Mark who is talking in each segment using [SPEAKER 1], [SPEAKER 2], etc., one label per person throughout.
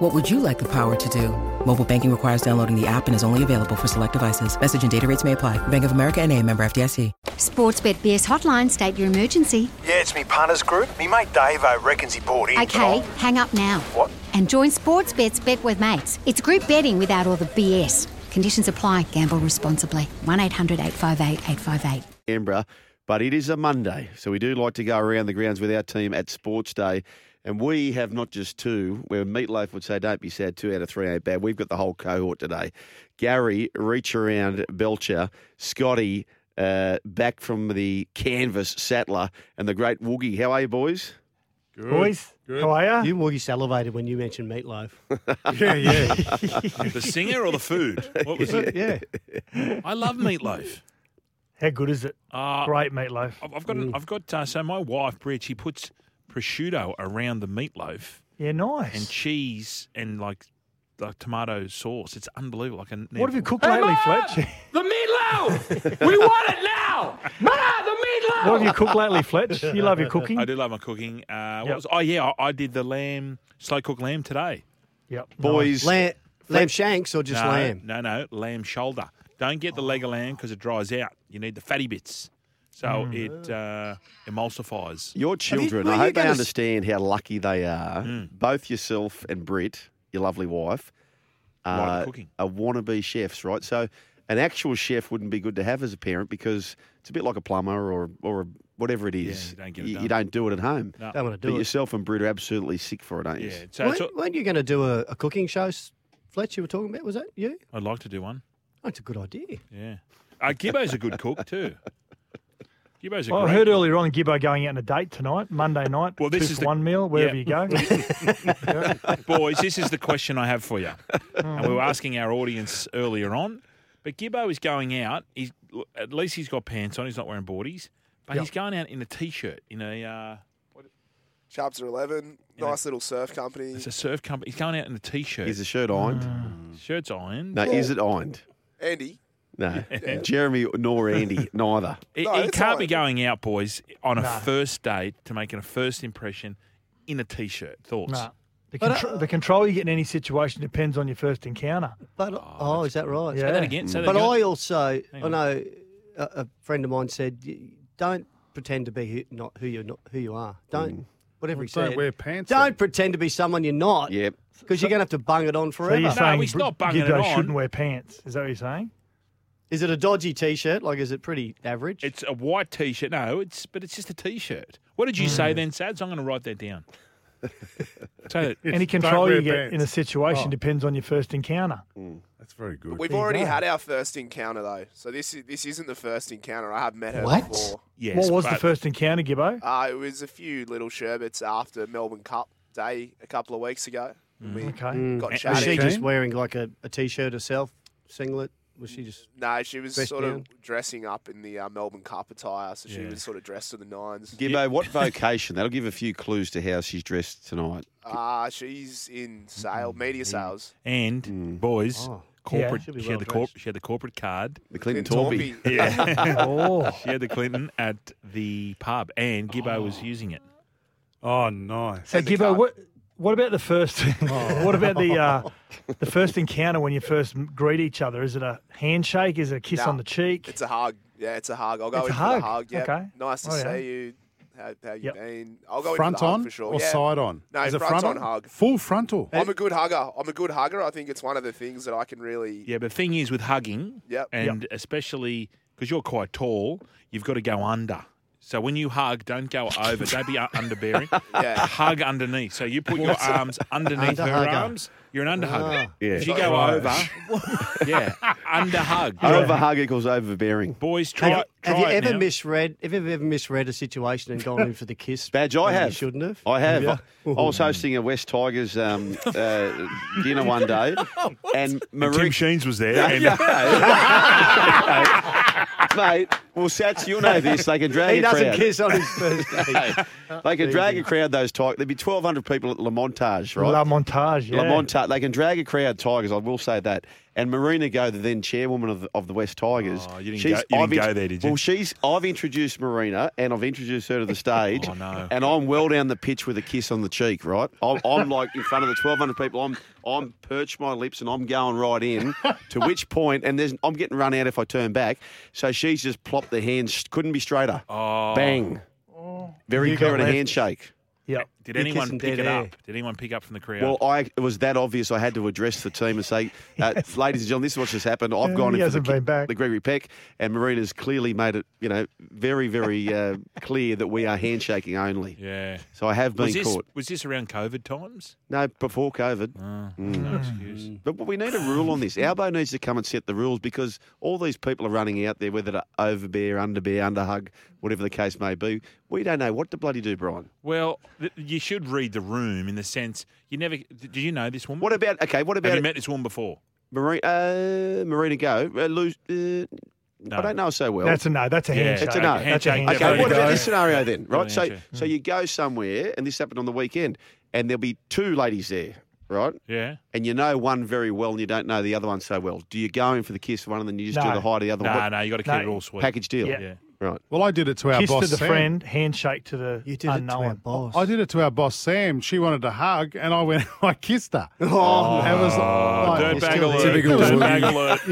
[SPEAKER 1] What would you like the power to do? Mobile banking requires downloading the app and is only available for select devices. Message and data rates may apply. Bank of America and a member FDIC.
[SPEAKER 2] Sportsbet BS hotline, state your emergency.
[SPEAKER 3] Yeah, it's me partners group. Me mate Davo reckons he bought in.
[SPEAKER 2] Okay, hang up now.
[SPEAKER 3] What?
[SPEAKER 2] And join Sportsbet's Bet with Mates. It's group betting without all the BS. Conditions apply. Gamble responsibly. 1 800 858 858.
[SPEAKER 4] Canberra, but it is a Monday, so we do like to go around the grounds with our team at Sports Day. And we have not just two, where Meatloaf would say, don't be sad, two out of three ain't bad. We've got the whole cohort today. Gary, reach around Belcher, Scotty, uh, back from the canvas, Sattler, and the great Woogie. How are you, boys?
[SPEAKER 5] Boys, how are you?
[SPEAKER 6] You already salivated when you mentioned meatloaf.
[SPEAKER 5] Yeah, yeah.
[SPEAKER 7] The singer or the food? What was it?
[SPEAKER 5] yeah.
[SPEAKER 7] I love meatloaf.
[SPEAKER 5] How good is it?
[SPEAKER 7] Uh,
[SPEAKER 5] Great meatloaf.
[SPEAKER 7] I've I've got. An, I've got. Uh, so my wife, Bridge, she puts prosciutto around the meatloaf
[SPEAKER 5] Yeah, nice.
[SPEAKER 7] and cheese and like like tomato sauce. It's unbelievable. Like a
[SPEAKER 5] what have you cooked lately, Fletch?
[SPEAKER 8] The meatloaf! we want it now! Ma, the meatloaf!
[SPEAKER 5] what have you cooked lately, Fletch? You love your cooking?
[SPEAKER 7] I do love my cooking. Uh, what
[SPEAKER 5] Yep.
[SPEAKER 7] was, oh yeah, I, I did the lamb slow cooked lamb today.
[SPEAKER 5] Yep.
[SPEAKER 4] Boys,
[SPEAKER 6] Lamb, lamb shanks or just
[SPEAKER 7] no,
[SPEAKER 6] lamb?
[SPEAKER 7] No, no, lamb shoulder. Don't get the leg of lamb because it dries out. You need the fatty bits. So it uh, emulsifies.
[SPEAKER 4] your children,
[SPEAKER 6] were
[SPEAKER 4] I
[SPEAKER 6] Hmm. you
[SPEAKER 4] hope they
[SPEAKER 6] gonna s-
[SPEAKER 4] understand how lucky they are.
[SPEAKER 7] Hmm.
[SPEAKER 4] Both yourself and Britt, your lovely wife, uh,
[SPEAKER 7] Like cooking.
[SPEAKER 4] are wannabe chefs, right? So an actual chef wouldn't be good to have as a parent because it's a bit like a plumber or or whatever it is.
[SPEAKER 7] you don't get it
[SPEAKER 4] you
[SPEAKER 7] done.
[SPEAKER 4] don't do it at home.
[SPEAKER 7] No.
[SPEAKER 6] Don't want to
[SPEAKER 4] But
[SPEAKER 6] do it.
[SPEAKER 4] yourself and Britt are absolutely sick for it, aren't you?
[SPEAKER 7] Yeah. So it's,
[SPEAKER 6] Weren't- weren't you going to do a, a cooking show, S- Fletch? You were talking about was that you?
[SPEAKER 7] I'd like to do one.
[SPEAKER 6] That's a good idea.
[SPEAKER 7] Yeah. Uh, Gibbo's a good cook too. Gibbo's a
[SPEAKER 6] Oh,
[SPEAKER 5] Well, I
[SPEAKER 7] great
[SPEAKER 5] heard
[SPEAKER 7] cook.
[SPEAKER 5] earlier on Gibbo going out on a date tonight, Monday night.
[SPEAKER 7] Well, this
[SPEAKER 5] two
[SPEAKER 7] is
[SPEAKER 5] for
[SPEAKER 7] the-
[SPEAKER 5] one meal, wherever
[SPEAKER 7] Yeah.
[SPEAKER 5] you go.
[SPEAKER 7] Boys, this is the question I have for you. and we were asking our audience earlier on, but Gibbo is going out. He's at least he's got pants on. He's not wearing boardies, but he's going out in a t-shirt in a. Uh,
[SPEAKER 9] Chapter 11, nice little surf company.
[SPEAKER 7] it's a surf company. He's going out in a t-shirt.
[SPEAKER 4] Is the shirt ironed?
[SPEAKER 7] Shirt's ironed.
[SPEAKER 4] No, is it ironed?
[SPEAKER 9] Andy,
[SPEAKER 4] No. Jeremy nor Andy, neither.
[SPEAKER 7] He,
[SPEAKER 9] No,
[SPEAKER 7] he
[SPEAKER 9] it's
[SPEAKER 7] can't be
[SPEAKER 9] ironed.
[SPEAKER 7] going out, boys, on a first date to making a first impression in a t-shirt. Thoughts?
[SPEAKER 5] Nah. The,
[SPEAKER 6] uh,
[SPEAKER 5] contr- the control you get in any situation depends on your first encounter.
[SPEAKER 6] But oh, is that right?
[SPEAKER 5] Yeah.
[SPEAKER 7] Say that again. Say that
[SPEAKER 6] But
[SPEAKER 7] again.
[SPEAKER 6] I also, I
[SPEAKER 7] on.
[SPEAKER 6] know a, a friend of mine said, "Y- don't pretend to be who, not who you're not who you are. Don't whatever he said.
[SPEAKER 10] Don't wear pants.
[SPEAKER 6] Don't pretend to be someone you're not.
[SPEAKER 4] Yep.
[SPEAKER 6] Because you're going to have to bung it on
[SPEAKER 5] So
[SPEAKER 6] forever.
[SPEAKER 5] you're saying
[SPEAKER 7] he's
[SPEAKER 5] Br-
[SPEAKER 7] not bunging it
[SPEAKER 5] Gibbo
[SPEAKER 7] on.
[SPEAKER 5] shouldn't wear pants. Is that what you're saying?
[SPEAKER 6] is it a dodgy T-shirt? Like, is it pretty average?
[SPEAKER 7] It's a white t-shirt. No, it's but it's just a t-shirt. What did you
[SPEAKER 5] Mm.
[SPEAKER 7] say then, Sads? I'm going to write that down. Say that.
[SPEAKER 5] Any
[SPEAKER 10] Don't
[SPEAKER 5] control
[SPEAKER 10] wear
[SPEAKER 5] you get in a
[SPEAKER 10] pants.
[SPEAKER 5] situation
[SPEAKER 7] Oh.
[SPEAKER 5] depends on your first encounter.
[SPEAKER 7] Mm,
[SPEAKER 10] That's very good.
[SPEAKER 9] we've already had our first encounter though, so this is, this isn't the first encounter. I have met her
[SPEAKER 6] What?
[SPEAKER 9] before.
[SPEAKER 7] Yes.
[SPEAKER 5] what was the
[SPEAKER 7] but-
[SPEAKER 5] first encounter, Gibbo?
[SPEAKER 9] Uh, it was a few little sherbets after Melbourne Cup Day a couple of weeks ago. We
[SPEAKER 5] Okay. Mm.
[SPEAKER 9] got
[SPEAKER 7] Mm. And- and
[SPEAKER 6] Was
[SPEAKER 9] chatting.
[SPEAKER 6] she
[SPEAKER 10] Okay.
[SPEAKER 6] just wearing like a, a t-shirt herself, singlet? Was she just?
[SPEAKER 9] no, she was
[SPEAKER 6] Dressed
[SPEAKER 9] sort
[SPEAKER 6] down?
[SPEAKER 9] of dressing up in the uh, Melbourne Cup attire, so she
[SPEAKER 7] Yeah.
[SPEAKER 9] was sort of dressed to the nines.
[SPEAKER 4] Gibbo, what vocation? That'll give a few clues to how she's dressed tonight.
[SPEAKER 9] Uh, she's in sale,
[SPEAKER 7] Mm.
[SPEAKER 9] media sales.
[SPEAKER 7] And
[SPEAKER 6] Mm.
[SPEAKER 7] boys,
[SPEAKER 6] Oh.
[SPEAKER 7] corporate.
[SPEAKER 6] should be
[SPEAKER 7] she had the
[SPEAKER 6] well-dressed.
[SPEAKER 7] corp- She had the corporate card.
[SPEAKER 4] The Clinton
[SPEAKER 9] Clint
[SPEAKER 4] Torby.
[SPEAKER 9] Torpy.
[SPEAKER 7] Yeah.
[SPEAKER 5] Oh.
[SPEAKER 7] she had the Clinton at the pub, and Gibbo was using it.
[SPEAKER 10] Oh, nice.
[SPEAKER 5] So
[SPEAKER 9] And the
[SPEAKER 5] Gibbo,
[SPEAKER 9] car.
[SPEAKER 5] what what about the first? what about the uh, the first encounter when you first m- greet each other? Is it a handshake? Is it a kiss
[SPEAKER 9] Nah,
[SPEAKER 5] on the cheek?
[SPEAKER 9] It's a hug. Yeah, it's a hug. I'll go
[SPEAKER 5] It's a
[SPEAKER 9] in for
[SPEAKER 5] hug.
[SPEAKER 9] the hug. Yeah.
[SPEAKER 5] Okay.
[SPEAKER 9] Nice to
[SPEAKER 5] Oh,
[SPEAKER 9] see
[SPEAKER 5] yeah.
[SPEAKER 9] you. How, how you
[SPEAKER 5] Yep.
[SPEAKER 9] been? I'll go in
[SPEAKER 10] front
[SPEAKER 9] for the hug
[SPEAKER 10] on
[SPEAKER 9] for sure.
[SPEAKER 10] or
[SPEAKER 9] yeah.
[SPEAKER 10] side on?
[SPEAKER 9] No,
[SPEAKER 10] is it
[SPEAKER 9] front
[SPEAKER 10] front
[SPEAKER 9] on hug.
[SPEAKER 10] Full frontal.
[SPEAKER 9] I'm a good hugger. I'm a good hugger. I think it's one of the things that I can really.
[SPEAKER 7] Yeah, but thing is with hugging,
[SPEAKER 9] Yep.
[SPEAKER 7] and especially because you're quite tall, you've got to go under. So when you hug, don't go over. Don't be u- underbearing.
[SPEAKER 9] Yeah.
[SPEAKER 7] Hug underneath. So you put your arms underneath her
[SPEAKER 6] Underhugger.
[SPEAKER 7] arms. You're
[SPEAKER 6] Ah.
[SPEAKER 7] an underhugger.
[SPEAKER 4] Ah. Yeah.
[SPEAKER 7] If you go
[SPEAKER 10] Right.
[SPEAKER 7] over, yeah, underhug.
[SPEAKER 4] Over hug equals overbearing.
[SPEAKER 7] Boys, try,
[SPEAKER 6] Have, you-
[SPEAKER 7] try
[SPEAKER 6] have you
[SPEAKER 7] it
[SPEAKER 6] ever
[SPEAKER 7] now.
[SPEAKER 6] misread? Have you ever misread a situation and gone in for the kiss?
[SPEAKER 4] Badge, I
[SPEAKER 6] when
[SPEAKER 4] have.
[SPEAKER 6] Oh, You shouldn't have. Oh.
[SPEAKER 4] I have. I, I was hosting a West Tigers um, uh, dinner one day,
[SPEAKER 7] Oh,
[SPEAKER 4] and Marie.
[SPEAKER 10] Sheens was there.
[SPEAKER 4] No, no, no. mate, Well, Sats, you'll know this. They can drag
[SPEAKER 6] He
[SPEAKER 4] a crowd.
[SPEAKER 6] doesn't kiss on his first date.
[SPEAKER 4] No. They can drag a crowd, those Tigers. There'd be 1,200 people at La Montage, right?
[SPEAKER 5] La Montage, yeah.
[SPEAKER 4] La Montage. They can drag a crowd, Tigers, I will say that. And Marina Go, the then chairwoman of the, of the West Tigers.
[SPEAKER 7] Oh, you didn't go- you didn't
[SPEAKER 4] I've
[SPEAKER 7] go there, did you?
[SPEAKER 4] Well, she's. I've introduced Marina and I've introduced her to the stage.
[SPEAKER 7] Oh, no.
[SPEAKER 4] And I'm well down the pitch with a kiss on the cheek, right? I'm, I'm like in front of the 1,200 people. I'm I'm perched my lips and I'm going right in, to which point, and there's, I'm getting run out if I turn back. So she's just plopped the hands, couldn't be straighter.
[SPEAKER 7] Oh.
[SPEAKER 4] Bang. Very
[SPEAKER 5] You got
[SPEAKER 4] clever and a
[SPEAKER 5] left.
[SPEAKER 4] handshake.
[SPEAKER 5] Yep.
[SPEAKER 7] Did
[SPEAKER 6] You're
[SPEAKER 7] anyone
[SPEAKER 6] kissing
[SPEAKER 7] pick
[SPEAKER 6] dead
[SPEAKER 7] it
[SPEAKER 6] air.
[SPEAKER 7] up? Did anyone pick up from the crowd?
[SPEAKER 4] Well, I it was that obvious. I had to address the team and say, uh, "Ladies and gentlemen, this is what's just happened. I've
[SPEAKER 5] Yeah,
[SPEAKER 4] gone
[SPEAKER 5] he
[SPEAKER 4] in for the,
[SPEAKER 5] hasn't been back.
[SPEAKER 4] the Gregory Peck, and Marina's clearly made it, you know, very, very uh, clear that we are handshaking only.
[SPEAKER 7] yeah.
[SPEAKER 4] So I have been
[SPEAKER 7] Was this,
[SPEAKER 4] caught.
[SPEAKER 7] was this around COVID times?
[SPEAKER 4] No, before COVID. Mm.
[SPEAKER 7] Oh, No excuse.
[SPEAKER 4] But we need a rule on this. Albo needs to come and set the rules because all these people are running out there, whether to overbear, underbear, underhug, whatever the case may be. We don't know what to bloody do, Brian.
[SPEAKER 7] Well, th- you should read the room in the sense you never. Did you know this woman?
[SPEAKER 4] What about okay? What
[SPEAKER 7] Have
[SPEAKER 4] about
[SPEAKER 7] you met this woman before?
[SPEAKER 4] Marina? Uh, Marina Go. Uh, Lu- uh, I don't know her so well.
[SPEAKER 5] That's a no. That's a
[SPEAKER 7] Yeah.
[SPEAKER 5] handshake.
[SPEAKER 4] It's a no.
[SPEAKER 5] That's a
[SPEAKER 7] Handshake,
[SPEAKER 5] handshake.
[SPEAKER 4] Okay,
[SPEAKER 7] Definitely
[SPEAKER 4] what about
[SPEAKER 7] go.
[SPEAKER 4] this scenario then? Right, so
[SPEAKER 7] Definitely.
[SPEAKER 4] so you go somewhere, and this happened on the weekend, and there'll be two ladies there, right?
[SPEAKER 7] Yeah.
[SPEAKER 4] And you know one very well, and you don't know the other one so well. Do you go in for the kiss of one, and then you just do
[SPEAKER 5] No.
[SPEAKER 4] the high to the other
[SPEAKER 7] No,
[SPEAKER 4] one?
[SPEAKER 7] no, you got to keep
[SPEAKER 5] No.
[SPEAKER 7] it all sweet.
[SPEAKER 4] Package deal,
[SPEAKER 5] Yeah.
[SPEAKER 7] Yeah.
[SPEAKER 4] right?
[SPEAKER 10] Well, I did it to our
[SPEAKER 5] Kiss
[SPEAKER 10] boss
[SPEAKER 5] to the
[SPEAKER 10] Sam.
[SPEAKER 5] friend, handshake to the
[SPEAKER 6] You did it to our
[SPEAKER 5] unknown.
[SPEAKER 6] boss.
[SPEAKER 10] I did it to our boss Sam. She wanted a hug, and I went. I kissed her. Oh, was
[SPEAKER 9] Oh,
[SPEAKER 10] like,
[SPEAKER 7] Don't bag
[SPEAKER 6] still
[SPEAKER 7] alert.
[SPEAKER 10] typical
[SPEAKER 7] Don't
[SPEAKER 10] Woody.
[SPEAKER 7] bag alert.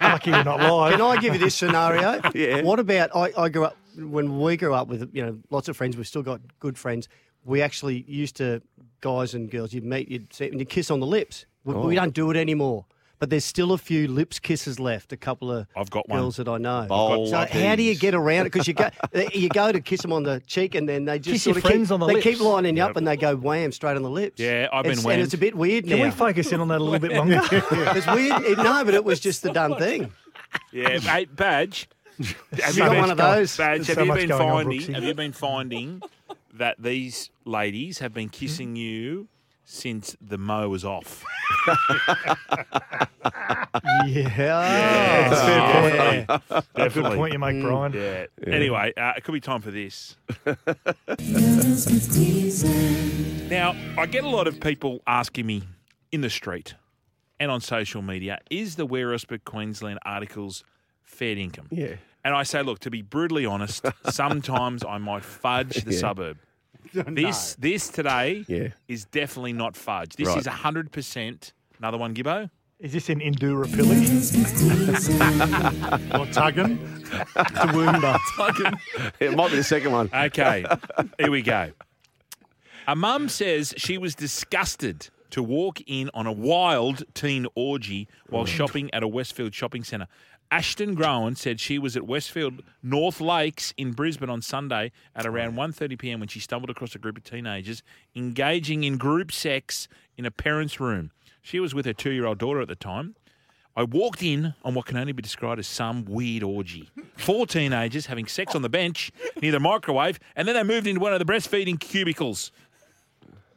[SPEAKER 5] Lucky you're not live.
[SPEAKER 6] Can I give you this scenario?
[SPEAKER 4] Yeah.
[SPEAKER 6] What about I, I grew up when we grew up with you know lots of friends. We've still got good friends. We actually used to guys and girls. You'd meet, you'd see, and you kiss on the lips. We, we don't do it anymore. But there's still a few lips kisses left. A couple of
[SPEAKER 7] I've got one.
[SPEAKER 6] girls that I know.
[SPEAKER 4] Bowl
[SPEAKER 6] so
[SPEAKER 4] of
[SPEAKER 6] how do you
[SPEAKER 4] peas.
[SPEAKER 6] get around it? Because you go you go to kiss them on the cheek, and then they just
[SPEAKER 5] Kiss
[SPEAKER 6] sort
[SPEAKER 5] your
[SPEAKER 6] of keep-
[SPEAKER 5] friends on the
[SPEAKER 6] they
[SPEAKER 5] lips.
[SPEAKER 6] keep lining you up, and they go wham straight on the lips.
[SPEAKER 7] Yeah, I've been
[SPEAKER 6] It's-
[SPEAKER 7] whammed.
[SPEAKER 6] and it's a bit weird
[SPEAKER 5] Can
[SPEAKER 6] now.
[SPEAKER 5] we focus in on that a little bit longer?
[SPEAKER 6] it's weird. It- no, but it was just the done thing.
[SPEAKER 7] Yeah, ba- badge. Have
[SPEAKER 6] got one of those.
[SPEAKER 7] Badge.
[SPEAKER 5] There's
[SPEAKER 7] Have
[SPEAKER 5] so
[SPEAKER 7] you
[SPEAKER 5] much
[SPEAKER 7] been
[SPEAKER 5] going on,
[SPEAKER 7] finding?
[SPEAKER 5] Brooksy.
[SPEAKER 7] have you been finding that these ladies have been
[SPEAKER 5] Mm-hmm.
[SPEAKER 7] kissing you since the mo was off?
[SPEAKER 6] Yeah. Yes.
[SPEAKER 7] Definitely.
[SPEAKER 5] Good
[SPEAKER 7] Definitely.
[SPEAKER 5] point you make, Brian.
[SPEAKER 7] Mm. Yeah. Anyway, uh, it could be time for this. now, I get a lot of people asking me in the street and on social media, is the Where Else But Queensland articles fair income? Yeah. And I say, look, to be brutally honest, sometimes I might fudge the suburb. This this today
[SPEAKER 4] Yeah.
[SPEAKER 7] is definitely not fudge. This
[SPEAKER 4] Right.
[SPEAKER 7] is hundred percent. Another one, Gibbo.
[SPEAKER 5] Is this in Indurapilli?
[SPEAKER 10] What tugging?
[SPEAKER 4] it might be the second one.
[SPEAKER 7] Okay, here we go. A mum says she was disgusted to walk in on a wild teen orgy
[SPEAKER 4] Oh.
[SPEAKER 7] while shopping at a Westfield shopping centre. Ashton Growan said she was at Westfield North Lakes in Brisbane on Sunday at around 1:30 p.m. when she stumbled across a group of teenagers engaging in group sex in a parent's room. She was with her 2-year-old daughter at the time. I walked in on what can only be described as some weird orgy. Four teenagers having sex on the bench near the microwave, and then they moved into one of the breastfeeding cubicles.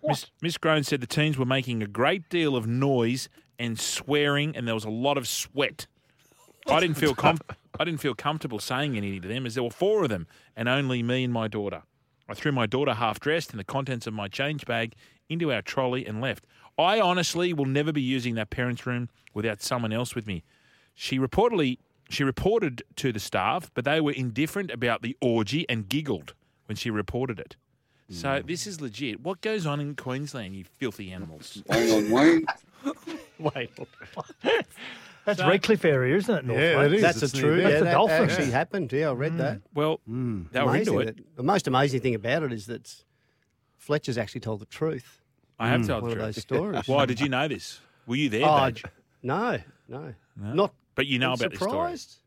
[SPEAKER 7] Miss, Miss Groan said the teens were making a great deal of noise and swearing, and there was a lot of sweat. I didn't feel com- I didn't feel comfortable saying anything to them as there were four of them and only me and my daughter. I threw my daughter half dressed and the contents of my change bag into our trolley and left. I honestly will never be using that parents' room without someone else with me. She reportedly she reported to the staff, but they were indifferent about the orgy and giggled when she reported it. So
[SPEAKER 10] Hmm.
[SPEAKER 7] this is legit. What goes on in Queensland, you filthy animals?
[SPEAKER 6] Wait.
[SPEAKER 5] That's Redcliffe area, isn't it? North
[SPEAKER 10] Yeah,
[SPEAKER 5] Lakes?
[SPEAKER 10] it is.
[SPEAKER 6] That's
[SPEAKER 10] It's
[SPEAKER 6] a
[SPEAKER 10] near
[SPEAKER 6] true.
[SPEAKER 10] there.
[SPEAKER 6] Yeah,
[SPEAKER 5] That's a
[SPEAKER 6] that
[SPEAKER 5] dolphin.
[SPEAKER 6] actually happened. Yeah, I read that.
[SPEAKER 7] Mm. Well,
[SPEAKER 5] Mm.
[SPEAKER 7] they were
[SPEAKER 6] Amazing
[SPEAKER 7] into it.
[SPEAKER 6] that- The most amazing thing about it is that Fletcher's actually told the truth.
[SPEAKER 7] I
[SPEAKER 5] Mm.
[SPEAKER 7] have told
[SPEAKER 6] Hmm. One
[SPEAKER 7] the
[SPEAKER 6] of those
[SPEAKER 7] truth.
[SPEAKER 6] stories.
[SPEAKER 7] Why did you know this? Were you there,
[SPEAKER 6] Oh,
[SPEAKER 7] Badge?
[SPEAKER 6] I- no, no, not.
[SPEAKER 7] But you know
[SPEAKER 6] I'm
[SPEAKER 7] about this story.
[SPEAKER 6] surprised.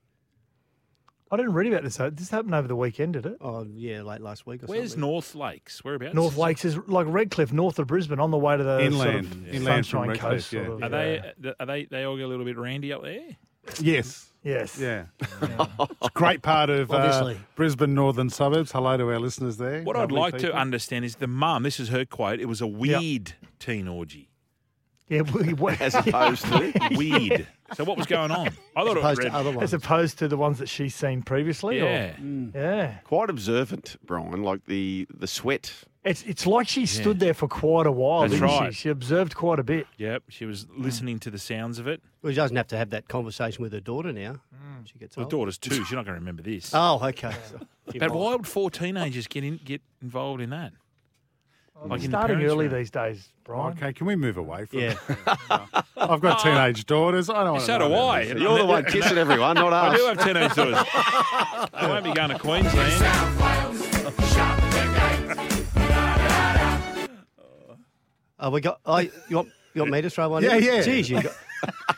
[SPEAKER 5] I didn't read about this. though. This happened over the weekend, did it?
[SPEAKER 6] Oh yeah, late last week or
[SPEAKER 7] Where's
[SPEAKER 6] something.
[SPEAKER 7] North Lakes? Whereabouts?
[SPEAKER 5] North Lakes is like Redcliffe, north of Brisbane, on the way to the
[SPEAKER 10] Inland.
[SPEAKER 5] sort of
[SPEAKER 10] Inland from
[SPEAKER 5] Sunshine
[SPEAKER 10] Redcliffe,
[SPEAKER 5] Coast.
[SPEAKER 10] yeah.
[SPEAKER 5] Sort of,
[SPEAKER 7] Are they? Are they? They all get a little bit randy up there.
[SPEAKER 10] Yes.
[SPEAKER 5] Yes.
[SPEAKER 10] Yeah. it's a great part of uh,
[SPEAKER 6] Obviously.
[SPEAKER 10] Brisbane northern suburbs. Hello to our listeners there.
[SPEAKER 7] What I'd
[SPEAKER 10] Lovely
[SPEAKER 7] like to
[SPEAKER 10] people.
[SPEAKER 7] understand is the mum. This is her quote. It was a weird teen orgy.
[SPEAKER 5] Yeah, we, we,
[SPEAKER 4] As opposed to?
[SPEAKER 7] Weird. So what was going on? I thought it was red.
[SPEAKER 5] As opposed to the ones that she's seen previously. or-
[SPEAKER 7] Yeah.
[SPEAKER 6] Mm.
[SPEAKER 5] yeah.
[SPEAKER 4] Quite observant, Brian. Like the the sweat.
[SPEAKER 5] It's it's like she stood there for quite a while,
[SPEAKER 7] That's
[SPEAKER 5] didn't
[SPEAKER 7] right.
[SPEAKER 5] she? She observed quite a bit.
[SPEAKER 7] Yep, she was listening to the sounds of it.
[SPEAKER 6] Mm. Well, she doesn't have to have that conversation with her daughter now.
[SPEAKER 10] Mm.
[SPEAKER 6] She gets
[SPEAKER 7] The
[SPEAKER 6] old.
[SPEAKER 7] daughter's two. She's not going to remember this.
[SPEAKER 6] Oh, okay. So-
[SPEAKER 7] but why would four teenagers get in, get involved in that? Like in the
[SPEAKER 5] Starting
[SPEAKER 7] parents'
[SPEAKER 5] early
[SPEAKER 7] room.
[SPEAKER 5] these days, Brian.
[SPEAKER 10] Okay, can we move away from
[SPEAKER 6] Yeah.
[SPEAKER 10] I've got teenage daughters. I don't want
[SPEAKER 7] So
[SPEAKER 10] to.
[SPEAKER 7] do I.
[SPEAKER 4] You're the one kissing everyone, not
[SPEAKER 7] I do
[SPEAKER 4] us.
[SPEAKER 7] have teenage daughters. I won't be going to Queensland.
[SPEAKER 6] Uh, we got. I you want you want me to throw one?
[SPEAKER 10] Yeah,
[SPEAKER 6] in?
[SPEAKER 10] yeah.
[SPEAKER 6] Jeez, you got.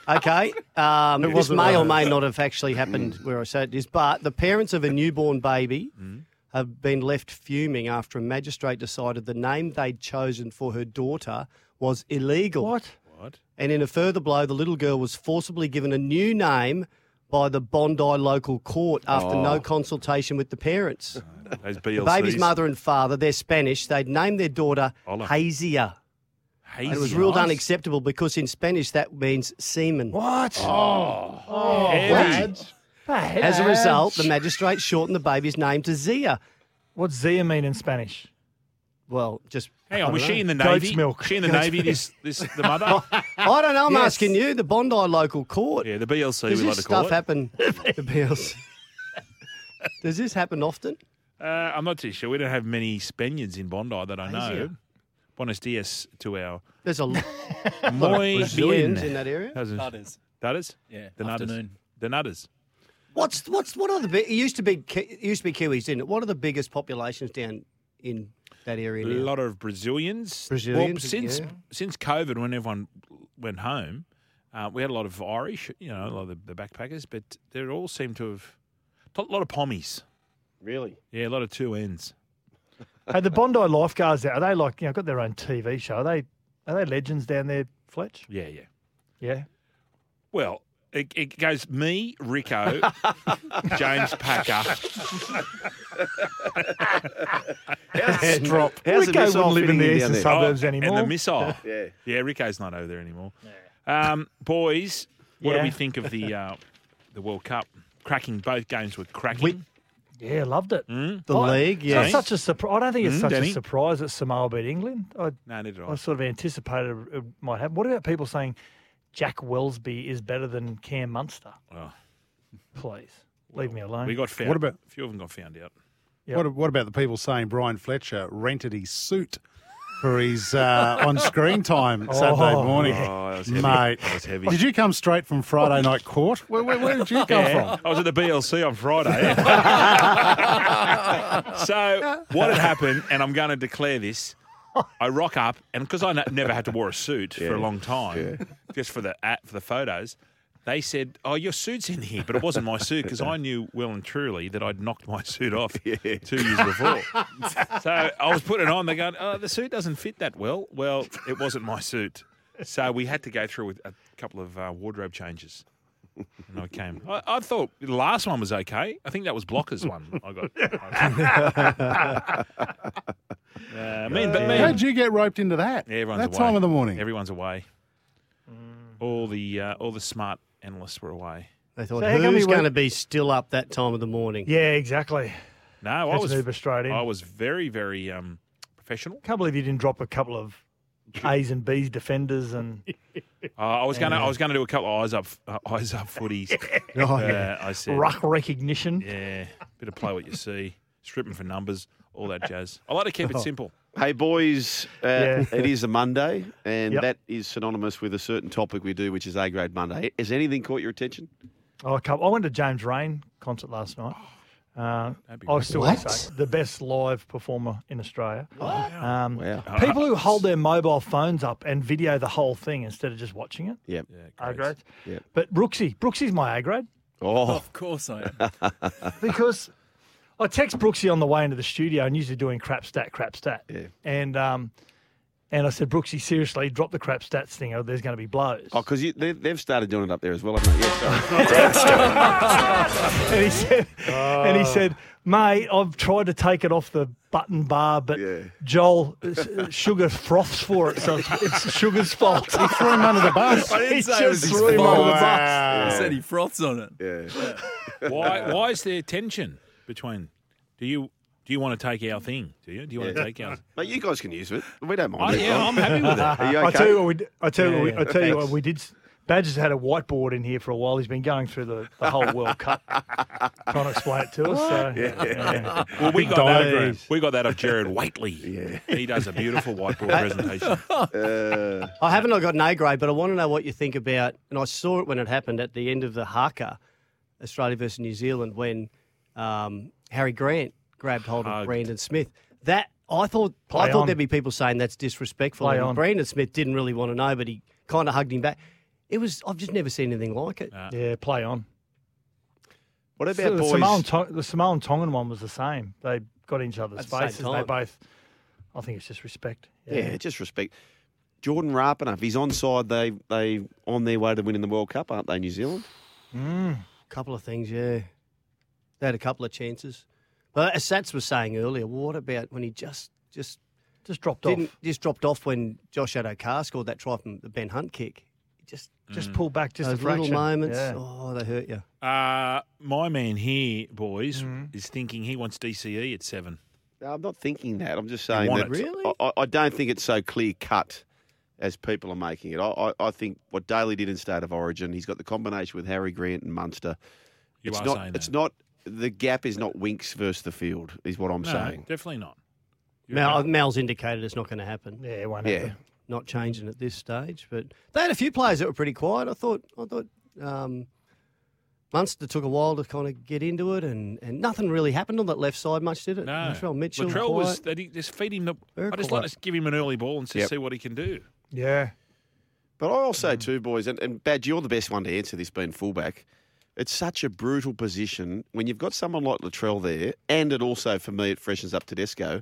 [SPEAKER 6] Okay, um, this
[SPEAKER 10] wasn't
[SPEAKER 6] may or
[SPEAKER 10] us.
[SPEAKER 6] may not have actually happened where I said this, but the parents of a newborn baby
[SPEAKER 7] Mm.
[SPEAKER 6] have been left fuming after a magistrate decided the name they'd chosen for her daughter was illegal.
[SPEAKER 5] What?
[SPEAKER 7] What?
[SPEAKER 6] And in a further blow, the little girl was forcibly given a new name by the Bondi local court after
[SPEAKER 7] Oh.
[SPEAKER 6] no consultation with the parents.
[SPEAKER 7] Uh, Those
[SPEAKER 6] The
[SPEAKER 7] BLCs.
[SPEAKER 6] baby's mother and father, they're Spanish, they'd named their daughter
[SPEAKER 7] Ola.
[SPEAKER 6] Hazia.
[SPEAKER 7] Hazy
[SPEAKER 6] It was ruled
[SPEAKER 7] eyes.
[SPEAKER 6] unacceptable because in Spanish that means semen.
[SPEAKER 5] What?
[SPEAKER 10] Oh.
[SPEAKER 7] Oh.
[SPEAKER 5] Oh.
[SPEAKER 7] Heavy.
[SPEAKER 6] As a result, the magistrate shortened the baby's name to Zia.
[SPEAKER 5] What's Zia mean in Spanish?
[SPEAKER 6] Well, just
[SPEAKER 7] Hang
[SPEAKER 6] I
[SPEAKER 7] on,
[SPEAKER 6] don't
[SPEAKER 7] was she
[SPEAKER 6] know.
[SPEAKER 7] in the
[SPEAKER 5] Goat's
[SPEAKER 7] navy?
[SPEAKER 5] milk.
[SPEAKER 7] She in the navy? This, this, the mother.
[SPEAKER 6] Oh, I don't know. I'm
[SPEAKER 5] Yes.
[SPEAKER 6] asking you. The Bondi local court.
[SPEAKER 7] yeah, the BLC.
[SPEAKER 6] Does
[SPEAKER 7] we
[SPEAKER 6] this
[SPEAKER 7] like to call
[SPEAKER 6] stuff
[SPEAKER 7] it.
[SPEAKER 6] happen? the bills. Does this happen often?
[SPEAKER 7] Uh, I'm not too sure. We don't have many Spaniards in Bondi that I
[SPEAKER 6] Crazy.
[SPEAKER 7] know. Buenos dias to our
[SPEAKER 6] There's a lot
[SPEAKER 7] Muy
[SPEAKER 6] of Brazilians in that area.
[SPEAKER 7] That
[SPEAKER 11] Nutters.
[SPEAKER 7] is.
[SPEAKER 11] Yeah,
[SPEAKER 7] The nutters.
[SPEAKER 11] afternoon.
[SPEAKER 7] The nutters.
[SPEAKER 6] What's what's what are the big? It used to be Ki- it used to be Kiwis, didn't it? What are the biggest populations down in that area?
[SPEAKER 7] A
[SPEAKER 6] Now?
[SPEAKER 7] lot of Brazilians.
[SPEAKER 6] Brazilians,
[SPEAKER 7] Well, since
[SPEAKER 6] yeah.
[SPEAKER 7] since COVID, when everyone went home, uh, we had a lot of Irish. You know, a lot of the, the backpackers, but they all seem to have a lot of pommies.
[SPEAKER 4] Really?
[SPEAKER 7] Yeah, a lot of two ends.
[SPEAKER 5] Hey, the Bondi lifeguards there, are they like, you know, got their own TV show? Are they are they legends down there, Fletch?
[SPEAKER 7] Yeah, yeah.
[SPEAKER 5] Yeah.
[SPEAKER 7] Well, it, it goes me, Rico, James Packer.
[SPEAKER 5] Drop.
[SPEAKER 4] How's the
[SPEAKER 5] Rico
[SPEAKER 4] missile
[SPEAKER 5] won't live in
[SPEAKER 4] fitting
[SPEAKER 5] the
[SPEAKER 4] in
[SPEAKER 5] eastern
[SPEAKER 4] down there?
[SPEAKER 5] suburbs
[SPEAKER 7] Oh,
[SPEAKER 5] anymore.
[SPEAKER 7] And the missile.
[SPEAKER 4] Yeah.
[SPEAKER 7] Yeah, Rico's not over there anymore. Um, boys, what do
[SPEAKER 5] Yeah.
[SPEAKER 7] we think of the uh, the World Cup? Cracking, both games were cracking.
[SPEAKER 5] yeah, loved it.
[SPEAKER 6] the
[SPEAKER 5] I-
[SPEAKER 6] league,
[SPEAKER 5] It's not
[SPEAKER 6] yeah.
[SPEAKER 5] such a surprise. I don't think it's
[SPEAKER 7] Mm,
[SPEAKER 5] such
[SPEAKER 7] Danny?
[SPEAKER 5] a surprise that Samoa beat England. I,
[SPEAKER 7] no, neither did
[SPEAKER 5] I
[SPEAKER 7] I.
[SPEAKER 5] sort of anticipated it- it might happen. What about people saying Jack Wellsby is better than Cam Munster?
[SPEAKER 7] Well.
[SPEAKER 5] Please leave me alone.
[SPEAKER 7] Oh, We got found.
[SPEAKER 10] What about-
[SPEAKER 7] a few of them got found out?
[SPEAKER 5] Yep.
[SPEAKER 10] What, what about the people saying Brian Fletcher rented his suit for his uh, on screen time Saturday
[SPEAKER 5] Oh.
[SPEAKER 10] morning?
[SPEAKER 7] Oh, that was heavy.
[SPEAKER 10] Mate,
[SPEAKER 7] That was heavy.
[SPEAKER 10] did you come straight from Friday night court? Where, where, where did you come
[SPEAKER 7] Yeah.
[SPEAKER 10] from?
[SPEAKER 7] I was at the BLC on Friday. so what had happened, and I'm going to declare this. I rock up, and because I n- never had to wear a suit for a long time, just for the at, for the photos, they said, "Oh, your suit's in here," but it wasn't my suit because I knew well and truly that I'd knocked my suit off two years before. so I was putting it on. They going, "Oh, the suit doesn't fit that well." Well, it wasn't my suit, so we had to go through with a couple of uh, wardrobe changes. And I came. I, I thought the last one was okay. I think that was Blocker's one. I got. Uh, me and, but me
[SPEAKER 10] How'd
[SPEAKER 7] and,
[SPEAKER 10] you get roped into that?
[SPEAKER 7] yeah, everyone's
[SPEAKER 10] that
[SPEAKER 7] away.
[SPEAKER 10] time of the morning.
[SPEAKER 7] Everyone's away. All the uh, all the smart analysts were away.
[SPEAKER 6] They thought
[SPEAKER 5] So how come
[SPEAKER 6] who's
[SPEAKER 5] we went-
[SPEAKER 6] going to be still up that time of the morning?
[SPEAKER 5] yeah, exactly.
[SPEAKER 7] No, I
[SPEAKER 5] That's
[SPEAKER 7] was
[SPEAKER 5] an Uber straight in.
[SPEAKER 7] I was very very um, professional.
[SPEAKER 5] Can't believe you didn't drop a couple of A's and B's defenders and
[SPEAKER 7] Uh, I was gonna I was gonna do a couple of eyes up uh, eyes up footies.
[SPEAKER 6] Oh,
[SPEAKER 7] Uh,
[SPEAKER 6] yeah.
[SPEAKER 7] I said
[SPEAKER 5] ruck recognition.
[SPEAKER 7] yeah, bit of play what you see, stripping for numbers, all that jazz. I like to
[SPEAKER 6] Oh.
[SPEAKER 7] keep it simple.
[SPEAKER 4] Hey, boys, uh,
[SPEAKER 5] Yeah.
[SPEAKER 4] it is a Monday, and
[SPEAKER 5] Yep.
[SPEAKER 4] that is synonymous with a certain topic we do, which is A grade Monday. Has anything caught your attention?
[SPEAKER 5] Oh, a couple, I went to James Rain concert last night. Uh,
[SPEAKER 7] be
[SPEAKER 5] I was still gonna say, the best live performer in Australia. Um,
[SPEAKER 4] Wow.
[SPEAKER 7] Uh,
[SPEAKER 5] People who hold their mobile phones up and video the whole thing instead of just watching it.
[SPEAKER 4] Yep.
[SPEAKER 5] A grade.
[SPEAKER 4] Yep.
[SPEAKER 5] But Brooksy, Brooksy's my A grade
[SPEAKER 4] Oh,
[SPEAKER 11] Of course I am.
[SPEAKER 5] because I text Brooksy on the way into the studio and usually doing crap stat, crap stat.
[SPEAKER 4] Yeah.
[SPEAKER 5] And um, And I said, Brooksy, seriously, drop the crap stats thing or there's going to be blows.
[SPEAKER 4] Oh, because they, they've started doing it up there as well, haven't they? Yeah,
[SPEAKER 5] and he said, and
[SPEAKER 11] Oh.
[SPEAKER 5] he said, mate, I've tried to take it off the button bar, but Joel s- sugar froths for it, so it's, it's sugar's fault. he
[SPEAKER 10] threw him under the bus.
[SPEAKER 11] I didn't
[SPEAKER 5] He
[SPEAKER 11] say it was
[SPEAKER 5] just
[SPEAKER 11] his
[SPEAKER 5] threw him
[SPEAKER 11] fault.
[SPEAKER 5] under the bus.
[SPEAKER 11] I said he froths on it.
[SPEAKER 4] sorry.
[SPEAKER 7] Why? Why is there tension between? Do you do you want to take our thing? Do you? Do you want to
[SPEAKER 4] Yeah.
[SPEAKER 7] take our?
[SPEAKER 4] Mate, you guys can use it. We don't mind.
[SPEAKER 7] I,
[SPEAKER 4] it.
[SPEAKER 7] yeah, I'm happy with it.
[SPEAKER 4] Are you
[SPEAKER 5] I tell you
[SPEAKER 4] okay?
[SPEAKER 5] what, we, d- I tell you, what, we,
[SPEAKER 6] Yeah,
[SPEAKER 5] I tell you what,
[SPEAKER 4] thanks.
[SPEAKER 5] we did. s- Badger's had a whiteboard in here for a while. He's been going through the, the whole World Cup, trying to explain it to us. So, yeah.
[SPEAKER 7] Well, we
[SPEAKER 10] Big
[SPEAKER 7] got that.
[SPEAKER 10] diagrams.
[SPEAKER 7] We got that of Jared Waitley. He does a beautiful whiteboard presentation.
[SPEAKER 6] I haven't got an A grade, but I want to know what you think about. And I saw it when it happened at the end of the Haka, Australia versus New Zealand, when um, Harry Grant grabbed hold of
[SPEAKER 7] Hugged.
[SPEAKER 6] Brandon Smith. That I thought,
[SPEAKER 5] Play
[SPEAKER 6] I thought
[SPEAKER 5] on.
[SPEAKER 6] there'd be people saying that's disrespectful.
[SPEAKER 5] Play
[SPEAKER 6] and
[SPEAKER 5] on.
[SPEAKER 6] Brandon Smith didn't really want to know, but he kind of hugged him back. It was I've just never seen anything like it.
[SPEAKER 5] yeah, play on.
[SPEAKER 4] What about
[SPEAKER 5] So the,
[SPEAKER 4] boys?
[SPEAKER 5] Samoan, Tong- the Samoan Tongan one was the same. They got in each other's
[SPEAKER 6] At the same
[SPEAKER 5] faces. They
[SPEAKER 6] time.
[SPEAKER 5] both, I think it's just respect.
[SPEAKER 4] Yeah, just respect. Jordan Rapana, if he's onside, they they on their way to winning the World Cup, aren't they, New Zealand?
[SPEAKER 6] A Mm, couple of things, yeah. They had a couple of chances. But as Sats was saying earlier, what about when he just just
[SPEAKER 5] Just dropped
[SPEAKER 6] didn't
[SPEAKER 5] off.
[SPEAKER 6] just dropped off when Josh Adokar scored that try from the Ben Hunt kick. Just
[SPEAKER 5] Just pull back just
[SPEAKER 6] Mm. those
[SPEAKER 5] a
[SPEAKER 6] little
[SPEAKER 5] fraction.
[SPEAKER 6] moments,
[SPEAKER 5] Yeah.
[SPEAKER 6] oh, they hurt you.
[SPEAKER 7] Uh, my man here, boys, is thinking he wants DCE at seven.
[SPEAKER 4] Mm-hmm. No, I'm not thinking that. I'm just saying
[SPEAKER 7] want
[SPEAKER 4] that.
[SPEAKER 6] it. Really?
[SPEAKER 4] I, I don't think it's so clear cut as people are making it. I, I, I think what Daly did in State of Origin, he's got the combination with Harry Grant and Munster.
[SPEAKER 7] You
[SPEAKER 4] it's
[SPEAKER 7] are
[SPEAKER 4] not.
[SPEAKER 7] saying
[SPEAKER 4] it's
[SPEAKER 7] that.
[SPEAKER 4] not. The gap is not Winks versus the field. Is what I'm
[SPEAKER 7] No,
[SPEAKER 4] saying.
[SPEAKER 7] definitely not. You're
[SPEAKER 6] Mal,
[SPEAKER 7] right.
[SPEAKER 6] Mal's indicated it's not going to happen.
[SPEAKER 5] Yeah, it won't
[SPEAKER 4] Yeah.
[SPEAKER 5] happen.
[SPEAKER 6] Not changing at this stage, but they had a few players that were pretty quiet. I thought, I thought um, Munster took a while to kind of get into it, and, and nothing really happened on that left side much, did it?
[SPEAKER 7] No,
[SPEAKER 6] Latrell Mitchell,
[SPEAKER 7] Latrell
[SPEAKER 6] quiet.
[SPEAKER 7] was. They did- just feed him the.
[SPEAKER 6] Very
[SPEAKER 7] I just
[SPEAKER 6] quiet.
[SPEAKER 7] like to give him an early ball and just
[SPEAKER 4] Yep.
[SPEAKER 7] see what he can do.
[SPEAKER 5] Yeah.
[SPEAKER 4] But I also
[SPEAKER 6] Mm.
[SPEAKER 4] too, boys, and, and Badge, you're the best one to answer this being fullback. It's such a brutal position when you've got someone like Latrell there, and it also for me it freshens up Tedesco.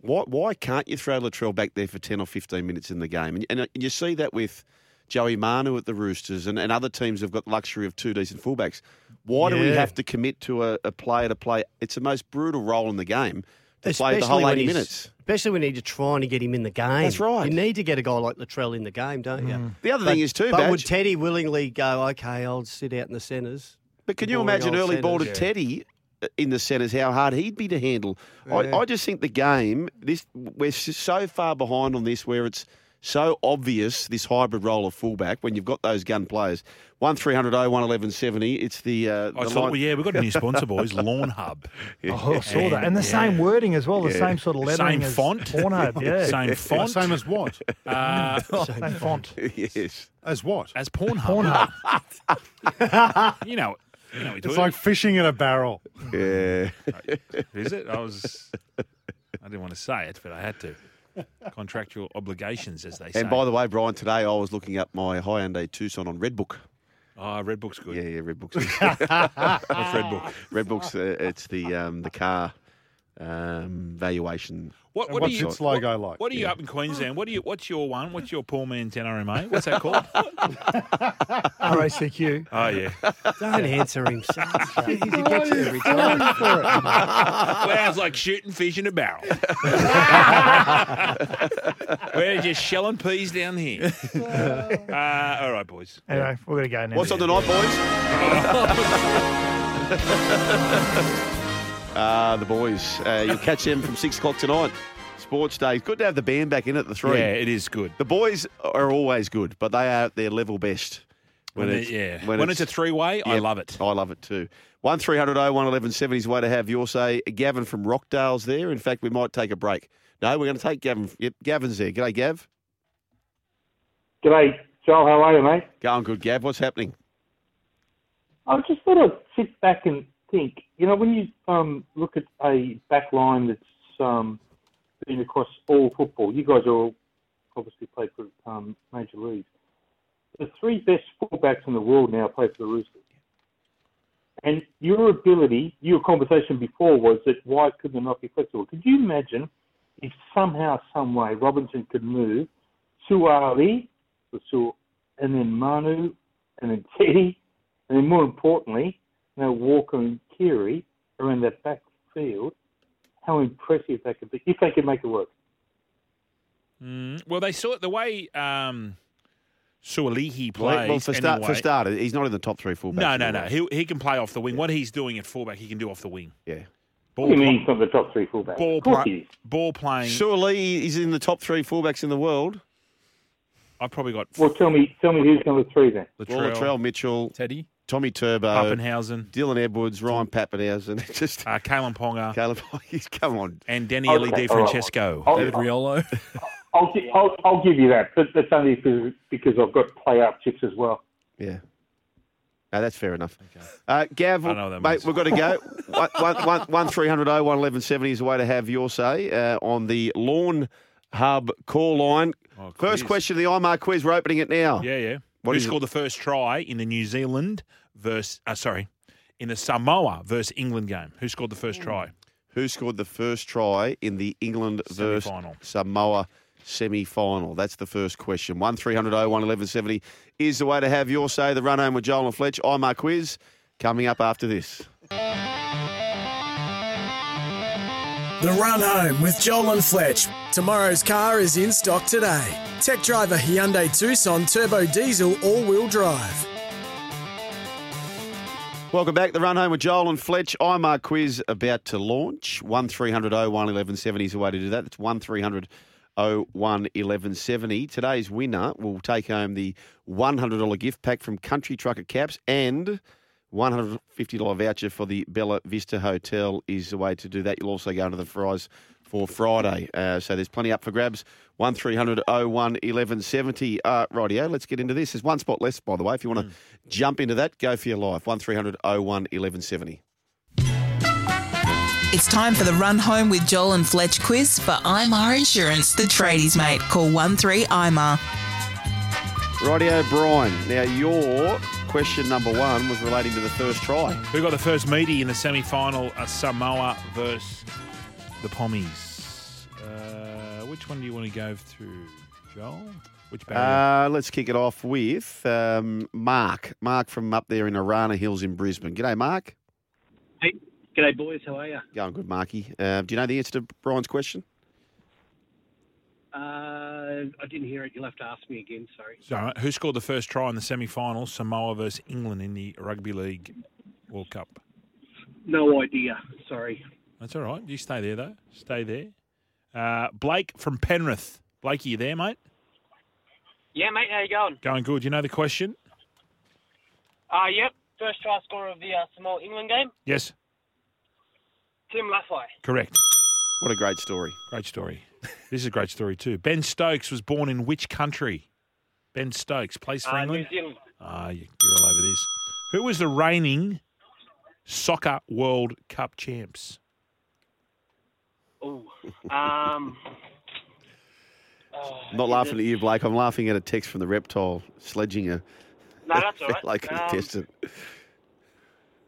[SPEAKER 4] Why why can't you throw Latrell back there for ten or fifteen minutes in the game? And, and you see that with Joey Manu at the Roosters and, and other teams have got the luxury of two decent fullbacks. Why do we
[SPEAKER 5] Yeah.
[SPEAKER 4] have to commit to a, a player to play? It's the most brutal role in the game to play the
[SPEAKER 6] Especially
[SPEAKER 4] whole
[SPEAKER 6] when
[SPEAKER 4] eighty
[SPEAKER 6] he's-
[SPEAKER 4] minutes.
[SPEAKER 6] Especially when you're trying to get him in the game.
[SPEAKER 4] That's right.
[SPEAKER 6] You need to get a guy like Latrell in the game, don't you?
[SPEAKER 5] Mm.
[SPEAKER 4] The other
[SPEAKER 6] But-
[SPEAKER 4] thing is too,
[SPEAKER 6] But
[SPEAKER 4] Badge,
[SPEAKER 6] would Teddy willingly go? Okay, I'll sit out in the centres.
[SPEAKER 4] But can you
[SPEAKER 6] boring
[SPEAKER 4] imagine
[SPEAKER 6] old
[SPEAKER 4] early ball to
[SPEAKER 6] centres.
[SPEAKER 4] Teddy uh, in the centres? How hard he'd be to handle. I, I just think the game. This we're s- so far behind on this, where it's so obvious this hybrid role of fullback when you've got those gun players. One 1170 It's the. Uh,
[SPEAKER 7] I
[SPEAKER 4] the
[SPEAKER 7] thought,
[SPEAKER 4] line-
[SPEAKER 7] well, yeah, we've got a new sponsor, boys, Lawn Hub.
[SPEAKER 5] Oh, I saw that.
[SPEAKER 7] And-
[SPEAKER 5] And the same
[SPEAKER 7] yeah.
[SPEAKER 5] wording as well, the same sort of
[SPEAKER 7] Same
[SPEAKER 5] lettering as
[SPEAKER 7] font.
[SPEAKER 5] Pornhub, yeah.
[SPEAKER 7] Same font.
[SPEAKER 10] Same as what?
[SPEAKER 7] uh,
[SPEAKER 5] Same font.
[SPEAKER 4] yes.
[SPEAKER 10] As what?
[SPEAKER 7] as Pornhub. you know, you know, we do
[SPEAKER 10] It's
[SPEAKER 7] it.
[SPEAKER 10] like fishing in a barrel.
[SPEAKER 4] Yeah.
[SPEAKER 7] Is it? I was. I didn't want to say it, but I had to. Contractual obligations, as they say.
[SPEAKER 4] And by the way, Brian, today I was looking up my Hyundai Tucson on Redbook.
[SPEAKER 7] oh, Red Book's good.
[SPEAKER 4] Yeah, yeah, Redbook's
[SPEAKER 7] What's Red Book.
[SPEAKER 4] Redbook's uh, it's the um, the car um, valuation.
[SPEAKER 7] What, what
[SPEAKER 10] what's
[SPEAKER 7] do you,
[SPEAKER 10] its logo
[SPEAKER 7] what-
[SPEAKER 10] like?
[SPEAKER 7] What are you up in Queensland? What do you? What's your one? What's your poor man's NRMA? What's that called?
[SPEAKER 5] RACQ.
[SPEAKER 7] oh yeah.
[SPEAKER 6] Don't answer him. son. Jeez, he gets it every time.
[SPEAKER 7] Sounds like shooting fish in a barrel. We're just shelling peas down here. Uh, all right, boys.
[SPEAKER 5] Anyway, we're going to go now.
[SPEAKER 4] What's on the night, boys? Ah, the boys. Uh, you'll catch them from six o'clock tonight. Sports Day. Good to have the band back in at the three.
[SPEAKER 7] Yeah, it is good.
[SPEAKER 4] The boys are always good, but they are at their level best.
[SPEAKER 7] When it- yeah. When it's a three-way, I love it.
[SPEAKER 4] I love it too. One 1170 is the way to have your say. Gavin from Rockdale's there. In fact, we might take a break. No, we're going to take Gavin. Yep, Gavin's there. G'day, Gav.
[SPEAKER 8] G'day, Joel. How are you, mate?
[SPEAKER 4] Going good, Gav. What's happening?
[SPEAKER 8] I just sort of sit back and think. You know, when you um, look at a back line that's um, been across all football, you guys all obviously play for um, major leagues. The three best fullbacks in the world now play for the Roosters. And your ability, your conversation before was that why couldn't it not be flexible? Could you imagine if somehow, some way, Robinson could move Suari, or Su- and then Manu, and then Teddy, and then more importantly, now Walker and Kiri are in that backfield, how impressive they could be if they could make it work.
[SPEAKER 7] Mm, well, they saw it the way um, Suolihi plays.
[SPEAKER 4] Well, well, for, start,
[SPEAKER 7] anyway-
[SPEAKER 4] for starters, he's not in the top three fullbacks.
[SPEAKER 7] no, no,
[SPEAKER 4] in the
[SPEAKER 7] no.
[SPEAKER 4] world.
[SPEAKER 7] He, he can play off the wing. What he's doing at fullback, he can do off the wing.
[SPEAKER 4] Yeah.
[SPEAKER 7] Ball,
[SPEAKER 8] What do you mean
[SPEAKER 7] pl-
[SPEAKER 8] he's not the top three fullbacks?
[SPEAKER 7] ball,
[SPEAKER 8] Of course
[SPEAKER 4] Uh,
[SPEAKER 7] pla-
[SPEAKER 8] he is.
[SPEAKER 7] ball playing.
[SPEAKER 4] Surely he's in the top three fullbacks in the world.
[SPEAKER 7] I've probably got
[SPEAKER 8] Well, tell me, tell me who's number three then.
[SPEAKER 4] Well, Latrell Mitchell,
[SPEAKER 11] Teddy.
[SPEAKER 4] Tommy Turbo,
[SPEAKER 7] Pappenhausen,
[SPEAKER 4] Dylan Edwards, Ryan Pappenhausen. It's Just
[SPEAKER 7] uh, Kalen Ponga,
[SPEAKER 4] Caleb, he's come on.
[SPEAKER 7] and Danny
[SPEAKER 8] Okay,
[SPEAKER 7] Eli
[SPEAKER 8] all right. Oh,
[SPEAKER 7] Di Francesco.
[SPEAKER 8] I'll-
[SPEAKER 11] David Riolo.
[SPEAKER 8] I'll, gi- I'll, I'll give you that, but that's only because, because I've got playoff chips as well.
[SPEAKER 4] Yeah. No, that's fair enough. Uh, Gav,
[SPEAKER 7] I know what that
[SPEAKER 4] mate,
[SPEAKER 7] means.
[SPEAKER 4] we've got to go. one, one, one, one 300 01 1170 is the way to have your say uh, on the Lawn Hub call line.
[SPEAKER 7] Oh, quiz.
[SPEAKER 4] First question of the IMAR quiz. We're opening it now.
[SPEAKER 7] Yeah, yeah.
[SPEAKER 4] What
[SPEAKER 7] Who
[SPEAKER 4] is it?
[SPEAKER 7] scored the first try in the New Zealand versus, uh, sorry, in the Samoa versus England game? Who scored the first try?
[SPEAKER 4] Who scored the first try in the England versus
[SPEAKER 7] Semi-final.
[SPEAKER 4] Samoa semi final? That's the first question. 1300 01 1170 is the way to have your say. The run home with Joel and Fletch. IMAR quiz coming up after this.
[SPEAKER 12] The Run Home with Joel and Fletch. Tomorrow's car is in stock today. Tech driver Hyundai Tucson turbo diesel all-wheel drive.
[SPEAKER 4] Welcome back. The run home with Joel and Fletch. IMAR quiz about to launch. 1300 01 1170 is the way to do that. That's 1300 01 1170. Today's winner will take home the $100 gift pack from Country Trucker Caps and $150 voucher for the Bella Vista Hotel is the way to do that. You'll also go into the prize for Friday. Uh, so there's plenty up for grabs. 1300 01 1170. Uh, rightio, let's get into this. There's one spot left, by the way. If you want to jump into that, go for your life. 1300 01 1170.
[SPEAKER 13] It's time for the Run Home with Joel and Fletch quiz for IMAR Insurance, the tradies mate. Call 13 IMAR.
[SPEAKER 4] Rightio, Brian. Now, your question number one was relating to the first try.
[SPEAKER 7] Who got the first meaty in the semi final? Uh, Samoa versus the Pommies. Uh, which one do you want to go through, Joel? Which barrier?
[SPEAKER 4] Uh, let's kick it off with um, Mark. Mark from up there in Arana Hills in Brisbane. G'day, Mark.
[SPEAKER 14] Hey, g'day boys. How are you?
[SPEAKER 4] Going good, Marky. Uh, do you know the answer to Brian's question?
[SPEAKER 14] Uh, I didn't hear it. You'll have to ask me again. Sorry.
[SPEAKER 7] It's all right. Who scored the first try in the semi final? Samoa versus England in the Rugby League World Cup.
[SPEAKER 14] No idea. Sorry.
[SPEAKER 7] That's all right. You stay there, though. Stay there. Uh, Blake from Penrith. Blake, are you there, mate?
[SPEAKER 15] Yeah, mate, how you going?
[SPEAKER 7] Going good. You know the question?
[SPEAKER 15] Uh, yep, first try scorer of the uh, Samoa England game,
[SPEAKER 7] Yes.
[SPEAKER 15] Tim Laffey.
[SPEAKER 7] Correct.
[SPEAKER 4] What a great story.
[SPEAKER 7] Great story. This is a great story, too. Ben Stokes was born in which country? Ben Stokes plays
[SPEAKER 16] Um,
[SPEAKER 7] for
[SPEAKER 15] Uh, New
[SPEAKER 7] England.
[SPEAKER 15] Zealand.
[SPEAKER 7] Ah, you- you're all over this. Who was the reigning soccer World Cup champs?
[SPEAKER 15] Ooh. Um,
[SPEAKER 4] I'm not laughing at you, Blake. I'm laughing at a text from the reptile sledging a
[SPEAKER 15] no, that's all right.
[SPEAKER 4] like a
[SPEAKER 15] Um,
[SPEAKER 4] contestant.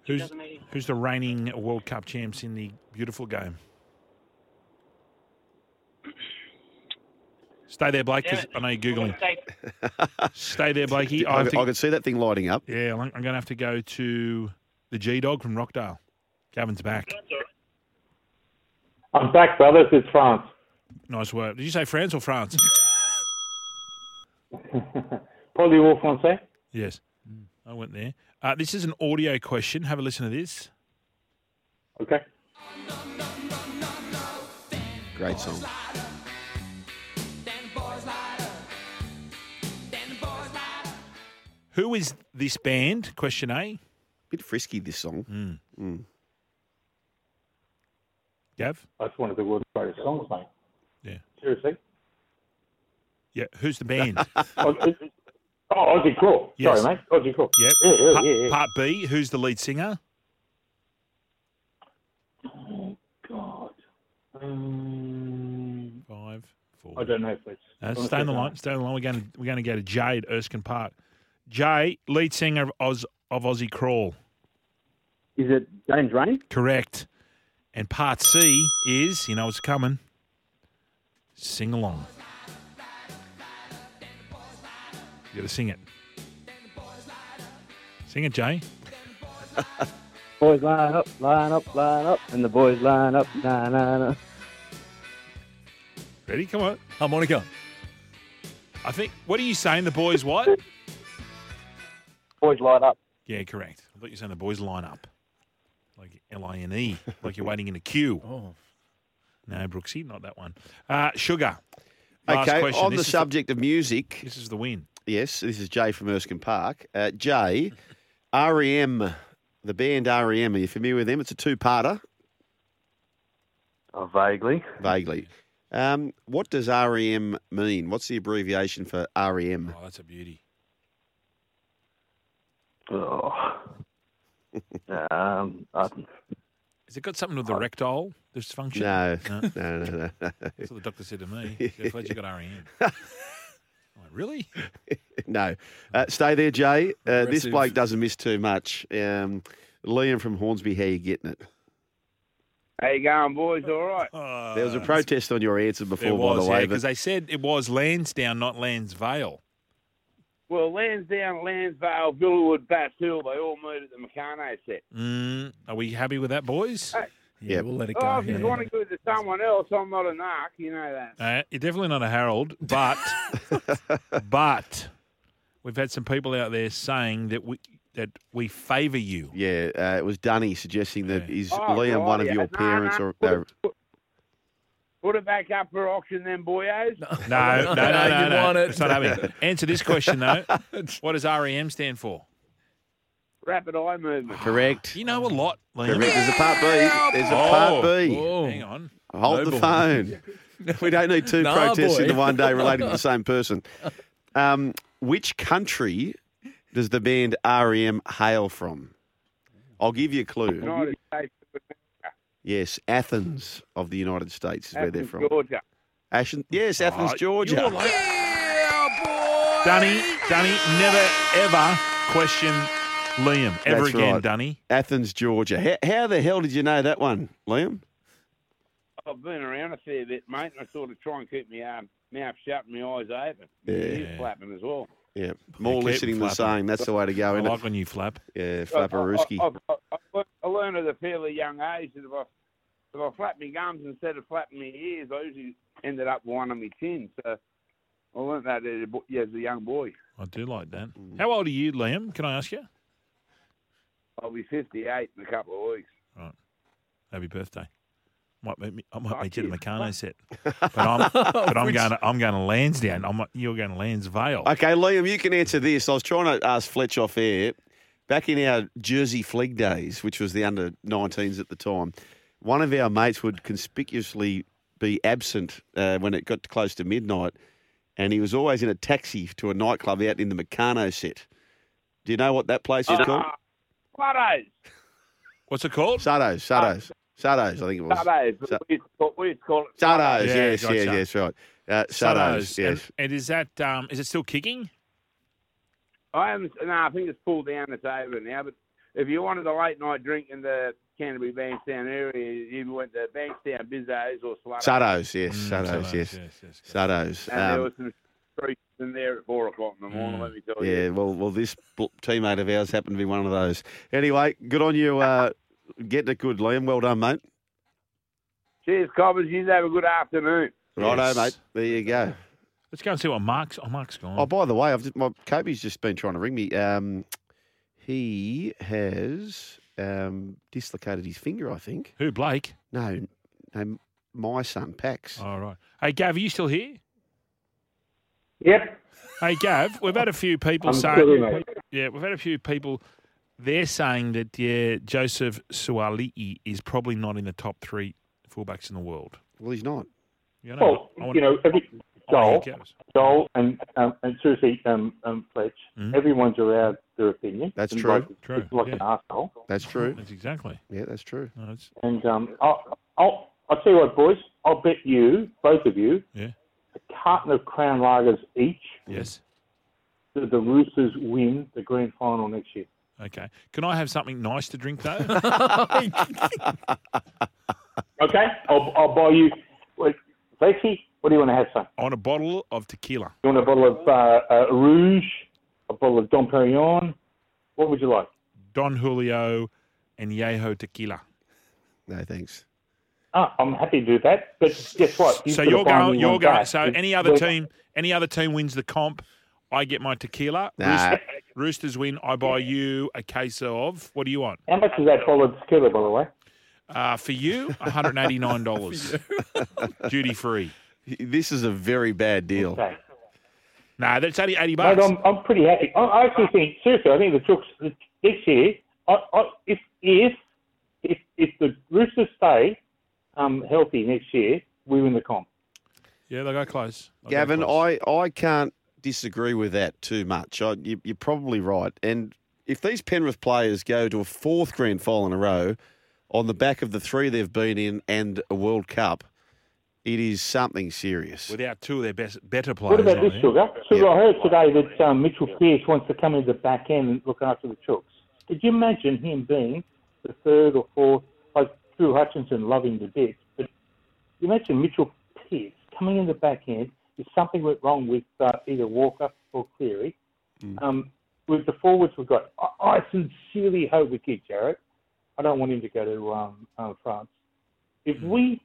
[SPEAKER 7] Who's, who's the reigning World Cup champs in the beautiful game? Stay there, Blake, 'cause I know you're Googling. Stay there, Blakey.
[SPEAKER 4] I,
[SPEAKER 7] I
[SPEAKER 4] could- I
[SPEAKER 7] think,
[SPEAKER 4] could see that thing lighting up.
[SPEAKER 7] yeah, I'm going to have to go to the G Dog from Rockdale. Gavin's back.
[SPEAKER 8] I'm back, brothers. It's France.
[SPEAKER 7] Nice work. Did you say France or France?
[SPEAKER 8] Probably all Francais.
[SPEAKER 7] yes. I went there. Uh, this is an audio question. Have a listen to this.
[SPEAKER 8] Okay.
[SPEAKER 4] Great song.
[SPEAKER 7] Who is this band? Question A. Hmm.
[SPEAKER 4] Bit frisky, this song. Mm.
[SPEAKER 7] Gav?
[SPEAKER 8] That's one of the world's greatest songs, mate.
[SPEAKER 7] Yeah.
[SPEAKER 8] Seriously.
[SPEAKER 7] Yeah. Who's the band?
[SPEAKER 8] oh, it- oh, Aussie Claw.
[SPEAKER 7] Yes.
[SPEAKER 8] Sorry, mate. Aussie Claw.
[SPEAKER 7] Yep.
[SPEAKER 8] Yeah, yeah,
[SPEAKER 7] Pa-
[SPEAKER 8] yeah, yeah.
[SPEAKER 7] Part B. Who's the lead singer?
[SPEAKER 8] Oh, God. Um,
[SPEAKER 7] Five, four.
[SPEAKER 8] I don't know, please.
[SPEAKER 7] Uh, stay on the line. Stay on the line. We're going to we're going to go to Jade Erskine Park. Jay, lead singer of Oz of Aussie Crawl.
[SPEAKER 14] Is it James Rain?
[SPEAKER 7] Correct. And part C is, you know, it's coming. sing along. You got to sing it. Sing it, Jay.
[SPEAKER 17] Boys line up, line up, line up, and the boys line up, na na na.
[SPEAKER 7] Ready? Come on. Harmonica. I think. What are you saying? The boys what?
[SPEAKER 17] Boys line up.
[SPEAKER 7] Yeah, correct. I thought you were saying the boys line up. Like L I N E, like you're waiting in a queue. Oh. No, Brooksy, not that one. Uh, sugar. Last
[SPEAKER 4] okay,
[SPEAKER 7] question.
[SPEAKER 4] on
[SPEAKER 7] This is
[SPEAKER 4] the subject of music.
[SPEAKER 7] This is the win.
[SPEAKER 4] Yes, this is Jay from Erskine Park. Uh, Jay, REM, the band REM, are you familiar with them? It's a two parter.
[SPEAKER 17] vaguely.
[SPEAKER 4] Vaguely. Um, what does REM mean? What's the abbreviation for E REM?
[SPEAKER 7] Oh, that's a beauty.
[SPEAKER 17] Oh. um, I,
[SPEAKER 7] Has it got something with the rectal dysfunction?
[SPEAKER 4] Oh. No, no, no, no, no.
[SPEAKER 7] That's what the doctor said to me. He said, Glad you got REM. I'm like, really?
[SPEAKER 4] no. Uh, stay there, Jay. Uh, this
[SPEAKER 7] Aggressive.
[SPEAKER 4] bloke doesn't miss too much. Um, Liam from Hornsby, how you getting it?
[SPEAKER 18] How you going, boys? All right.
[SPEAKER 4] There was a protest on your answer before,
[SPEAKER 7] Uh, There was,
[SPEAKER 4] by the way.
[SPEAKER 7] yeah,
[SPEAKER 4] but-
[SPEAKER 7] because they said it was Lansdowne, not Lansvale.
[SPEAKER 18] well, Lansdowne, Lansvale, Villawood, Bass Hill, they all moved at the Meccano set.
[SPEAKER 7] Mm, are we happy with that, boys? Yeah, we'll let
[SPEAKER 18] Uh, oh, if you want to go to someone else, I'm not a narc, you know that.
[SPEAKER 7] Uh, you're definitely not a Harold, but but we've had some people out there saying that we that we favour you.
[SPEAKER 4] Yeah, uh, it was Dunny suggesting that is
[SPEAKER 18] Oh,
[SPEAKER 4] Liam
[SPEAKER 18] right,
[SPEAKER 4] one of
[SPEAKER 18] yeah.
[SPEAKER 4] your
[SPEAKER 18] No,
[SPEAKER 4] parents
[SPEAKER 18] no,
[SPEAKER 4] or uh,
[SPEAKER 18] put
[SPEAKER 4] no,
[SPEAKER 18] Put it back up for auction then, boyos.
[SPEAKER 7] No, no, no, no,
[SPEAKER 11] You
[SPEAKER 7] no.
[SPEAKER 11] want it.
[SPEAKER 7] It's not happening. Answer this question though. what does REM stand for?
[SPEAKER 18] Rapid eye movement.
[SPEAKER 4] correct?
[SPEAKER 7] You know a lot. Liam.
[SPEAKER 4] Correct. There's a part B. There's a part B.
[SPEAKER 7] Oh, hang on.
[SPEAKER 4] Hold the
[SPEAKER 7] Noble.
[SPEAKER 4] phone. we don't need two
[SPEAKER 7] Nah,
[SPEAKER 4] protests in
[SPEAKER 7] boy.
[SPEAKER 4] the one day related to the same person. Um, which country does the band REM hail from? I'll give you a clue.
[SPEAKER 18] United States of
[SPEAKER 4] Yes, Athens of the United States is where they're
[SPEAKER 18] Athens,
[SPEAKER 4] from.
[SPEAKER 18] Georgia.
[SPEAKER 4] Ashen, yes, Athens,
[SPEAKER 7] Oh,
[SPEAKER 4] Georgia.
[SPEAKER 7] you're like- Dunny, Dunny, never ever question Liam ever
[SPEAKER 4] That's
[SPEAKER 7] again,
[SPEAKER 4] right.
[SPEAKER 7] Dunny.
[SPEAKER 4] Athens, Georgia. How, how the hell did you know that one, Liam?
[SPEAKER 18] I've been around a fair bit, mate, and I sort of try and keep my um, mouth shut and my eyes open.
[SPEAKER 4] Yeah.
[SPEAKER 18] Ears flapping as well.
[SPEAKER 4] Yeah, more
[SPEAKER 7] keep
[SPEAKER 4] listening than
[SPEAKER 7] flapping.
[SPEAKER 4] saying. That's the way to go.
[SPEAKER 7] I
[SPEAKER 4] isn't it?
[SPEAKER 7] like when you flap.
[SPEAKER 4] Yeah,
[SPEAKER 18] I, I,
[SPEAKER 4] flapperooski.
[SPEAKER 18] I, I, learned- I learned at a fairly young age that if I, if I flap my gums instead of flapping my ears, I usually ended up whining my chin. So I learned that as a, bo- yeah, as a young boy.
[SPEAKER 7] I do like that.
[SPEAKER 4] Mm.
[SPEAKER 7] How old are you, Liam? Can I ask you?
[SPEAKER 18] I'll be 58 in a couple of weeks.
[SPEAKER 7] Happy birthday. Might meet me, I might
[SPEAKER 18] Oh,
[SPEAKER 7] meet you at the
[SPEAKER 18] cheers.
[SPEAKER 7] Meccano set, but I'm but I'm
[SPEAKER 4] Which-
[SPEAKER 7] going to, I'm going to Lansdowne. I'm you're going to Lansvale.
[SPEAKER 4] Okay, Liam, you can answer this. I was trying to ask Fletch off air. Back in our Jersey Fleeg days, which was the under 19s at the time, one of our mates would conspicuously be absent uh, when it got close to midnight, and he was always in a taxi to a nightclub out in the Meccano set. Do you know what that place
[SPEAKER 18] Ah, Uh,
[SPEAKER 4] is called?
[SPEAKER 18] Cluttos.
[SPEAKER 7] What's it called?
[SPEAKER 4] Sardo's.
[SPEAKER 18] Uh,
[SPEAKER 4] Sardo's. Sardo's, I think it was.
[SPEAKER 18] Cluttos. We used to call- we used to call it.
[SPEAKER 4] Sardo's,
[SPEAKER 7] Yeah,
[SPEAKER 4] yes,
[SPEAKER 7] gotcha.
[SPEAKER 4] yes, yes, right. Uh, Sardo's,
[SPEAKER 7] Sardo's. And,
[SPEAKER 4] yes.
[SPEAKER 7] and is that um, is it still kicking?
[SPEAKER 18] I am. No, I think it's pulled down. It's over now. But if you wanted a late night drink in the Canterbury Bankstown area, you went to Bankstown Bizos or Slutto.
[SPEAKER 4] Sardo's, yes. Sardo's,
[SPEAKER 7] Sardo's,
[SPEAKER 4] yes.
[SPEAKER 7] Mm, yes, yes,
[SPEAKER 4] Sardo's.
[SPEAKER 18] And there
[SPEAKER 4] Um, Mm,
[SPEAKER 18] was some streets in there at four o'clock in the morning. Let me tell you.
[SPEAKER 4] Yeah, well, well, this bl- teammate of ours happened to be one of those. Anyway, good on you, uh, getting it good, Liam. Well done, mate.
[SPEAKER 18] Cheers, Cobbers. You have a good afternoon.
[SPEAKER 4] Righto,
[SPEAKER 7] Yes.
[SPEAKER 4] mate. There you go.
[SPEAKER 7] Let's go and see what Mark's. Oh, Mark's gone.
[SPEAKER 4] Oh, by the way, I've just, my Kobe's just been trying to ring me. Um, he has um, dislocated his finger, I think.
[SPEAKER 7] Who, Blake?
[SPEAKER 4] No, no, my son, Pax.
[SPEAKER 7] All right. Hey, Gav, are you still here?
[SPEAKER 18] Yep.
[SPEAKER 7] Hey, Gav, we've had a few people
[SPEAKER 18] I'm
[SPEAKER 7] saying.
[SPEAKER 18] still here, mate.
[SPEAKER 7] Yeah, we've had a few people. They're saying that yeah, Joseph Suali'i is probably not in the top three fullbacks in the world.
[SPEAKER 4] Well, he's not.
[SPEAKER 7] You know,
[SPEAKER 18] Well,
[SPEAKER 7] I wanna-
[SPEAKER 18] you know, every
[SPEAKER 7] I wanna
[SPEAKER 18] Joel,
[SPEAKER 7] hear Gav's.
[SPEAKER 18] Joel, and um, and seriously, um, um, Fletch, everyone's allowed their opinion.
[SPEAKER 4] That's
[SPEAKER 18] And
[SPEAKER 4] true.
[SPEAKER 18] Like,
[SPEAKER 7] Hmm? True,
[SPEAKER 18] It's like an
[SPEAKER 7] yeah.
[SPEAKER 18] asshole.
[SPEAKER 4] That's true.
[SPEAKER 7] That's exactly.
[SPEAKER 4] Yeah, that's true.
[SPEAKER 7] No, it's-
[SPEAKER 18] And um, I'll, I'll I'll tell you what, boys. I'll bet you, both of you,
[SPEAKER 7] Yeah.
[SPEAKER 18] a carton of Crown Lagers each.
[SPEAKER 7] Yes.
[SPEAKER 18] That the Roosters win the grand final next year.
[SPEAKER 7] Okay. Can I have something nice to drink though?
[SPEAKER 18] Okay, I'll, I'll buy you. Wait, Lexi,
[SPEAKER 8] What do you want to have, son?
[SPEAKER 7] I want a bottle of tequila.
[SPEAKER 8] You want a bottle of uh, uh, Rouge, a bottle of Dom Perignon? What would you like?
[SPEAKER 7] Don Julio and Yeho tequila.
[SPEAKER 4] No, thanks.
[SPEAKER 8] Ah, I'm happy to do that. But guess what? You've
[SPEAKER 7] so
[SPEAKER 8] got to
[SPEAKER 7] you're
[SPEAKER 8] find
[SPEAKER 7] going.
[SPEAKER 8] me
[SPEAKER 7] You're
[SPEAKER 8] one
[SPEAKER 7] going.
[SPEAKER 8] guy.
[SPEAKER 7] So
[SPEAKER 8] It's-
[SPEAKER 7] any other
[SPEAKER 8] we're-
[SPEAKER 7] team, any other team wins the comp. I get my tequila.
[SPEAKER 8] Nah.
[SPEAKER 7] Rooster- Roosters win. I buy you a case of. What do you want?
[SPEAKER 8] How much is that bottle of tequila, by the way?
[SPEAKER 7] Uh, for you, one hundred eighty nine dollars, duty free.
[SPEAKER 4] This is a very bad deal.
[SPEAKER 8] Okay.
[SPEAKER 7] Nah, that's only eighty
[SPEAKER 8] Mate,
[SPEAKER 7] bucks.
[SPEAKER 8] I'm, I'm pretty happy. I, I actually think, seriously, I think the Chooks this year, I, I, if, if if if the Roosters stay um, healthy next year, we win the comp.
[SPEAKER 7] yeah, they go close. They go
[SPEAKER 4] Gavin,
[SPEAKER 7] close.
[SPEAKER 4] I, I can't disagree with that too much. I, you, you're probably right. And if these Penrith players go to a fourth grand final in a row on the back of the three they've been in and a World Cup, it is something serious.
[SPEAKER 7] without two of their best, better players.
[SPEAKER 8] What about
[SPEAKER 7] on
[SPEAKER 8] this,
[SPEAKER 4] eh?
[SPEAKER 7] there.
[SPEAKER 8] Sugar? Sugar, I heard today that um, Mitchell Pearce wants to come in the back end and look after the Chooks. Could you imagine him being the third or fourth, like Drew Hutchinson loving the bits, but you imagine Mitchell Pearce coming in the back end if something went wrong with uh, either Walker or Cleary. Um, with the forwards we've got, I, I sincerely hope we keep Jarrett. I don't want him to go to um, uh, France. If we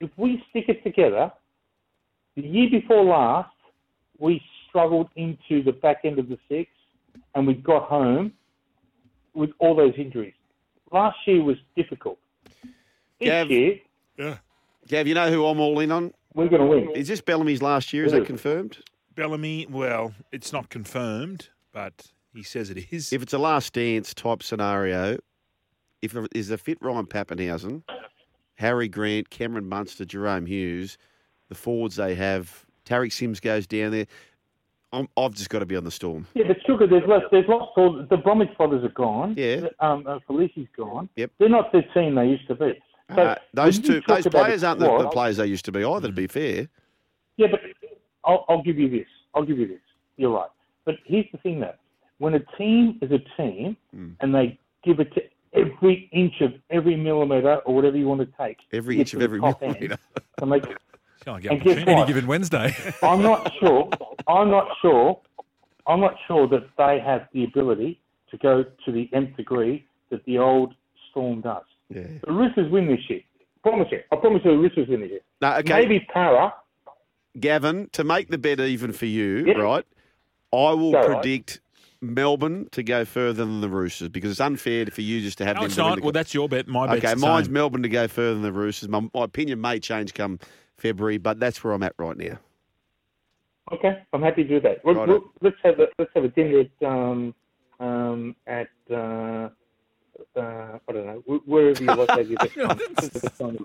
[SPEAKER 8] if we stick it together, the year before last, we struggled into the back end of the six, and we got home with all those injuries. Last year was difficult. This
[SPEAKER 4] Gav-
[SPEAKER 8] year,
[SPEAKER 7] Yeah.
[SPEAKER 4] Gav, you know who I'm all in on?
[SPEAKER 8] We're going to win.
[SPEAKER 4] Is this Bellamy's last year? Is
[SPEAKER 7] It
[SPEAKER 4] that
[SPEAKER 7] is.
[SPEAKER 4] confirmed?
[SPEAKER 7] Bellamy. Well, it's not confirmed, but he says it is.
[SPEAKER 4] If it's a last dance type scenario, if there is a fit Ryan Pappenhausen, Harry Grant, Cameron Munster, Jerome Hughes, the forwards they have, Tarek Sims goes down there. I'm, I've just got to be on the storm.
[SPEAKER 8] Yeah, but sugar, there's lots, there's lots. All the Bromwich brothers are gone.
[SPEAKER 4] Yeah.
[SPEAKER 8] Um, uh, Felici's gone.
[SPEAKER 4] Yep.
[SPEAKER 8] They're not the team they used to be. So
[SPEAKER 4] Uh, those
[SPEAKER 8] when you
[SPEAKER 4] two,
[SPEAKER 8] talk
[SPEAKER 4] those
[SPEAKER 8] about
[SPEAKER 4] players
[SPEAKER 8] a
[SPEAKER 4] aren't the, the
[SPEAKER 8] squad-
[SPEAKER 4] players they used to be either. To be fair,
[SPEAKER 8] Yeah, but I'll, I'll give you this. I'll give you this. You're right. But here's the thing, though. When a team is a team,
[SPEAKER 4] Mm.
[SPEAKER 8] and they give it to every inch of every millimeter or whatever you want to take,
[SPEAKER 4] Every
[SPEAKER 8] you
[SPEAKER 4] inch
[SPEAKER 8] get
[SPEAKER 4] of
[SPEAKER 8] to the
[SPEAKER 4] every
[SPEAKER 8] top end,
[SPEAKER 4] millimeter.
[SPEAKER 8] and they-
[SPEAKER 7] Sound
[SPEAKER 8] And guess
[SPEAKER 11] Any
[SPEAKER 8] what?
[SPEAKER 11] given Wednesday.
[SPEAKER 8] I'm not sure. I'm not sure. I'm not sure that they have the ability to go to the nth degree that the old Storm does.
[SPEAKER 4] Yeah.
[SPEAKER 8] The Roosters win this year. Promise you. I promise you, the Roosters win this year.
[SPEAKER 4] No, okay.
[SPEAKER 8] Maybe Para.
[SPEAKER 4] Gavin, to make the bet even for you, right? I will
[SPEAKER 8] Go, right.
[SPEAKER 4] predict Melbourne to go further than the Roosters because it's unfair for you just to have
[SPEAKER 7] no,
[SPEAKER 4] them.
[SPEAKER 7] it's
[SPEAKER 4] to win
[SPEAKER 7] not.
[SPEAKER 4] the
[SPEAKER 7] Well, that's your bet. My bet's
[SPEAKER 4] okay,
[SPEAKER 7] the
[SPEAKER 4] mine's
[SPEAKER 7] same.
[SPEAKER 4] Melbourne to go further than the Roosters. My, my opinion may change come February, but that's where I'm at right now.
[SPEAKER 8] Okay, I'm happy to do that. We'll,
[SPEAKER 4] Righto.
[SPEAKER 8] we'll, let's have a let's have a dinner at um, um, at uh, uh, I don't know wh- wherever you like. Have your best Chinese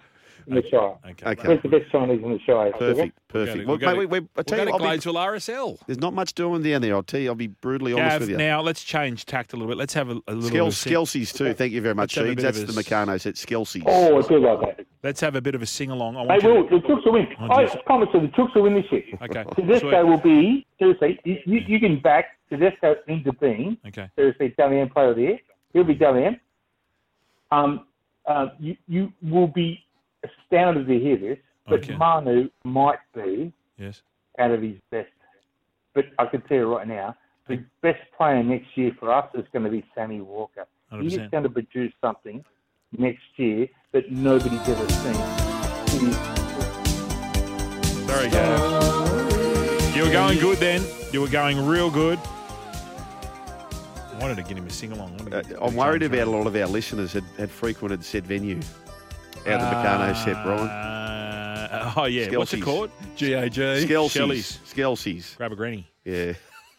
[SPEAKER 8] in the Shire.
[SPEAKER 7] Okay.
[SPEAKER 4] Okay.
[SPEAKER 8] Where's the best Chinese in the Shire?
[SPEAKER 4] Perfect, perfect.
[SPEAKER 7] We'll go to-
[SPEAKER 4] Well, mate, we- we- I
[SPEAKER 7] we'll
[SPEAKER 4] tell
[SPEAKER 7] go
[SPEAKER 4] you,
[SPEAKER 7] to
[SPEAKER 4] I'll be-
[SPEAKER 7] Gladesville RSL.
[SPEAKER 4] There's not much doing down there. I'll tell you. I'll be brutally honest
[SPEAKER 7] Gav,
[SPEAKER 4] with you.
[SPEAKER 7] now let's change tact a little bit. Let's have a, a little. bit of a
[SPEAKER 4] Skels,
[SPEAKER 7] sing-
[SPEAKER 4] Skelsies too. Thank you very much,
[SPEAKER 7] Let's have a
[SPEAKER 4] Sheeds.
[SPEAKER 7] bit of
[SPEAKER 4] That's
[SPEAKER 7] a
[SPEAKER 4] the Meccano set. Skelsies.
[SPEAKER 8] Oh, I do like that.
[SPEAKER 7] Let's have a bit of a sing along. I
[SPEAKER 8] They
[SPEAKER 7] want
[SPEAKER 8] will.
[SPEAKER 7] you
[SPEAKER 8] The Chooks will win.
[SPEAKER 7] Oh,
[SPEAKER 8] I
[SPEAKER 7] geez.
[SPEAKER 8] promise you, the Chooks will win this year.
[SPEAKER 7] to, okay.
[SPEAKER 8] Tedesco will be seriously. You, you, you can back Tedesco into being
[SPEAKER 7] Okay.
[SPEAKER 8] seriously Dalian player of the year. He'll be Dalian. Um, uh, you you will be astounded to hear this, but
[SPEAKER 7] Okay.
[SPEAKER 8] Manu might be
[SPEAKER 7] Yes.
[SPEAKER 8] out of his best. But I can tell you right now, the best player next year for us is going to be Sammy Walker. He's
[SPEAKER 7] 100%.
[SPEAKER 8] going to produce something next year that nobody's ever seen. It is
[SPEAKER 7] Sorry, Gav. You were going good then. You were going real good. I wanted to get him a sing along.
[SPEAKER 4] Uh, I'm worried about a lot of our listeners had, had frequented said venue out of the Meccano set, Brian.
[SPEAKER 7] Uh, oh Uh, yeah. What's it
[SPEAKER 4] Skelsies.
[SPEAKER 7] called?
[SPEAKER 11] GAG.
[SPEAKER 7] Shelley's.
[SPEAKER 4] Skelsies. Skelsies.
[SPEAKER 7] Grab a granny.
[SPEAKER 4] Yeah.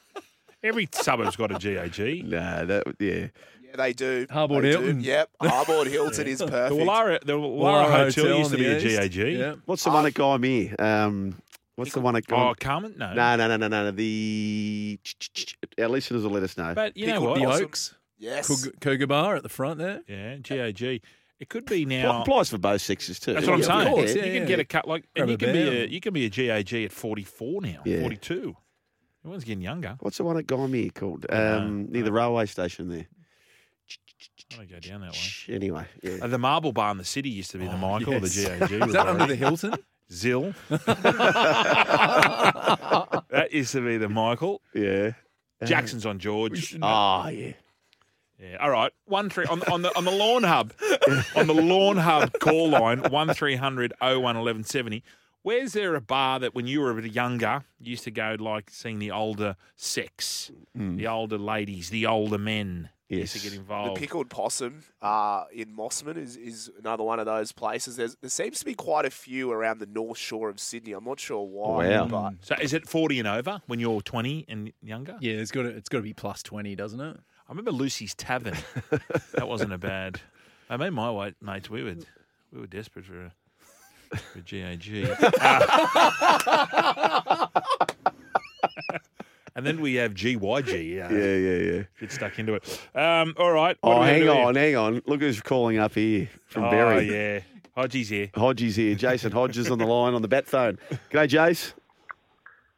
[SPEAKER 7] Every suburb's got a GAG.
[SPEAKER 4] Nah, that, yeah.
[SPEAKER 9] Yeah, they do.
[SPEAKER 11] Harbour
[SPEAKER 9] They do.
[SPEAKER 11] Hilton.
[SPEAKER 9] Yep, Harbour Hilton is
[SPEAKER 7] The
[SPEAKER 9] perfect.
[SPEAKER 7] Wallara, the
[SPEAKER 11] Wallara
[SPEAKER 7] Wallara Hotel,
[SPEAKER 11] Hotel
[SPEAKER 7] used to
[SPEAKER 11] in
[SPEAKER 7] be
[SPEAKER 11] the
[SPEAKER 7] a
[SPEAKER 11] east.
[SPEAKER 7] GAG.
[SPEAKER 11] Yeah.
[SPEAKER 4] What's the one at Gaimere? Um, what's the one at Gaimere?
[SPEAKER 7] Oh, Carmen? No.
[SPEAKER 4] No, no, no, no, no. The our listeners will let us know.
[SPEAKER 7] But you know what?
[SPEAKER 11] Pickled the Oaks.
[SPEAKER 9] Yes.
[SPEAKER 11] Coug- Cougar Bar at the front there.
[SPEAKER 7] Yeah, GAG. It could be
[SPEAKER 4] Pl-
[SPEAKER 7] now.
[SPEAKER 4] applies for both sexes too.
[SPEAKER 7] That's what I'm
[SPEAKER 11] Yeah,
[SPEAKER 7] saying.
[SPEAKER 11] of course,
[SPEAKER 7] you
[SPEAKER 11] yeah,
[SPEAKER 7] can
[SPEAKER 11] yeah.
[SPEAKER 7] get a cut like,
[SPEAKER 11] Grab
[SPEAKER 7] and
[SPEAKER 11] a
[SPEAKER 7] you can be a
[SPEAKER 11] band.
[SPEAKER 7] you can be a GAG at 44 now,
[SPEAKER 4] Yeah.
[SPEAKER 7] 42. Everyone's getting younger.
[SPEAKER 4] What's the one at Gaimere called? Um, near the railway station there.
[SPEAKER 7] I don't go down that way.
[SPEAKER 4] Anyway, yeah.
[SPEAKER 7] Uh, the Marble Bar in the city used to be the Michael,
[SPEAKER 11] yes.
[SPEAKER 7] the GAG.
[SPEAKER 11] Is that under the Hilton?
[SPEAKER 7] Is Zill. that used to be the Michael.
[SPEAKER 4] Yeah.
[SPEAKER 7] Jackson's on George.
[SPEAKER 4] Ah, yeah.
[SPEAKER 7] Yeah. All right. One three on, on the on the lawn hub, on the lawn hub call line one 01 1170. Where's there a bar that when you were a bit younger you used to go like seeing the older sex,
[SPEAKER 9] Mm.
[SPEAKER 7] the older ladies, the older men used
[SPEAKER 9] Yes.
[SPEAKER 7] to get
[SPEAKER 9] The
[SPEAKER 7] involved?
[SPEAKER 9] pickled possum uh, in Mossman is, is another one of those places. There's, there seems to be quite a few around the north shore of Sydney. I'm not sure why.
[SPEAKER 4] Mm.
[SPEAKER 9] But
[SPEAKER 7] So is it forty and over when you're twenty and younger?
[SPEAKER 11] Yeah, it's got to, it's got to be plus twenty, doesn't it?
[SPEAKER 7] I remember Lucy's Tavern. that wasn't a bad. I mean, my wa- mates, we were we were desperate for a, for a GAG. Uh, and then we have GYG. Uh,
[SPEAKER 4] Yeah, yeah, yeah.
[SPEAKER 7] Get stuck into it. Um, all right. what do
[SPEAKER 4] Oh,
[SPEAKER 7] we have
[SPEAKER 4] hang
[SPEAKER 7] here?
[SPEAKER 4] on, hang on. Look who's calling up here from
[SPEAKER 7] oh,
[SPEAKER 4] Berry.
[SPEAKER 7] yeah. Hodgie's here.
[SPEAKER 4] Hodges here. Jason Hodges on the line on the bat phone. G'day, Jace.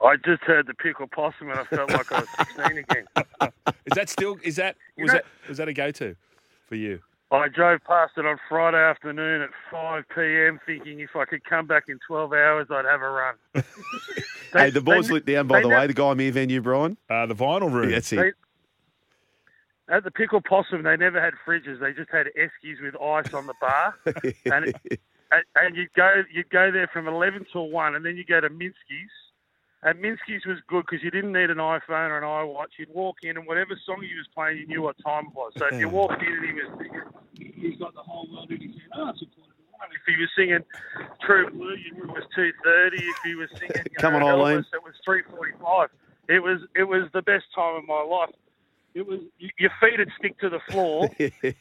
[SPEAKER 19] I just heard the pickle possum and I felt like I was 16 again.
[SPEAKER 7] Is that still? Is that
[SPEAKER 19] You
[SPEAKER 7] was
[SPEAKER 19] know-
[SPEAKER 7] that was that a go-to for you?
[SPEAKER 19] I drove past it on Friday afternoon at 5 p.m. thinking if I could come back in 12 hours, I'd have a run.
[SPEAKER 4] hey, the boys
[SPEAKER 19] they-
[SPEAKER 4] lit down, by
[SPEAKER 19] they
[SPEAKER 4] the
[SPEAKER 19] nev-
[SPEAKER 4] way. The guy me venue, Brian.
[SPEAKER 7] Uh, the vinyl room.
[SPEAKER 4] that's it.
[SPEAKER 19] They- at the pickle possum, they never had fridges. They just had eskies with ice on the bar. and, it, and- and you'd go you'd go there from 11 till 1, and then you go to Minsky's. And Minsky's was good because you didn't need an iPhone or an iWatch. You'd walk in, and whatever song he was playing, you knew what time it was. So if you walked in and he was he's got the whole world in his hand, oh, it's a quarter to one. If he was singing True Blue, you knew it was 2.30. If he was singing you
[SPEAKER 4] Come
[SPEAKER 19] know,
[SPEAKER 4] on, Eileen.
[SPEAKER 19] Elvis, it was 3.45. It was, it was the best time of my life. It was y- your feet would stick to the floor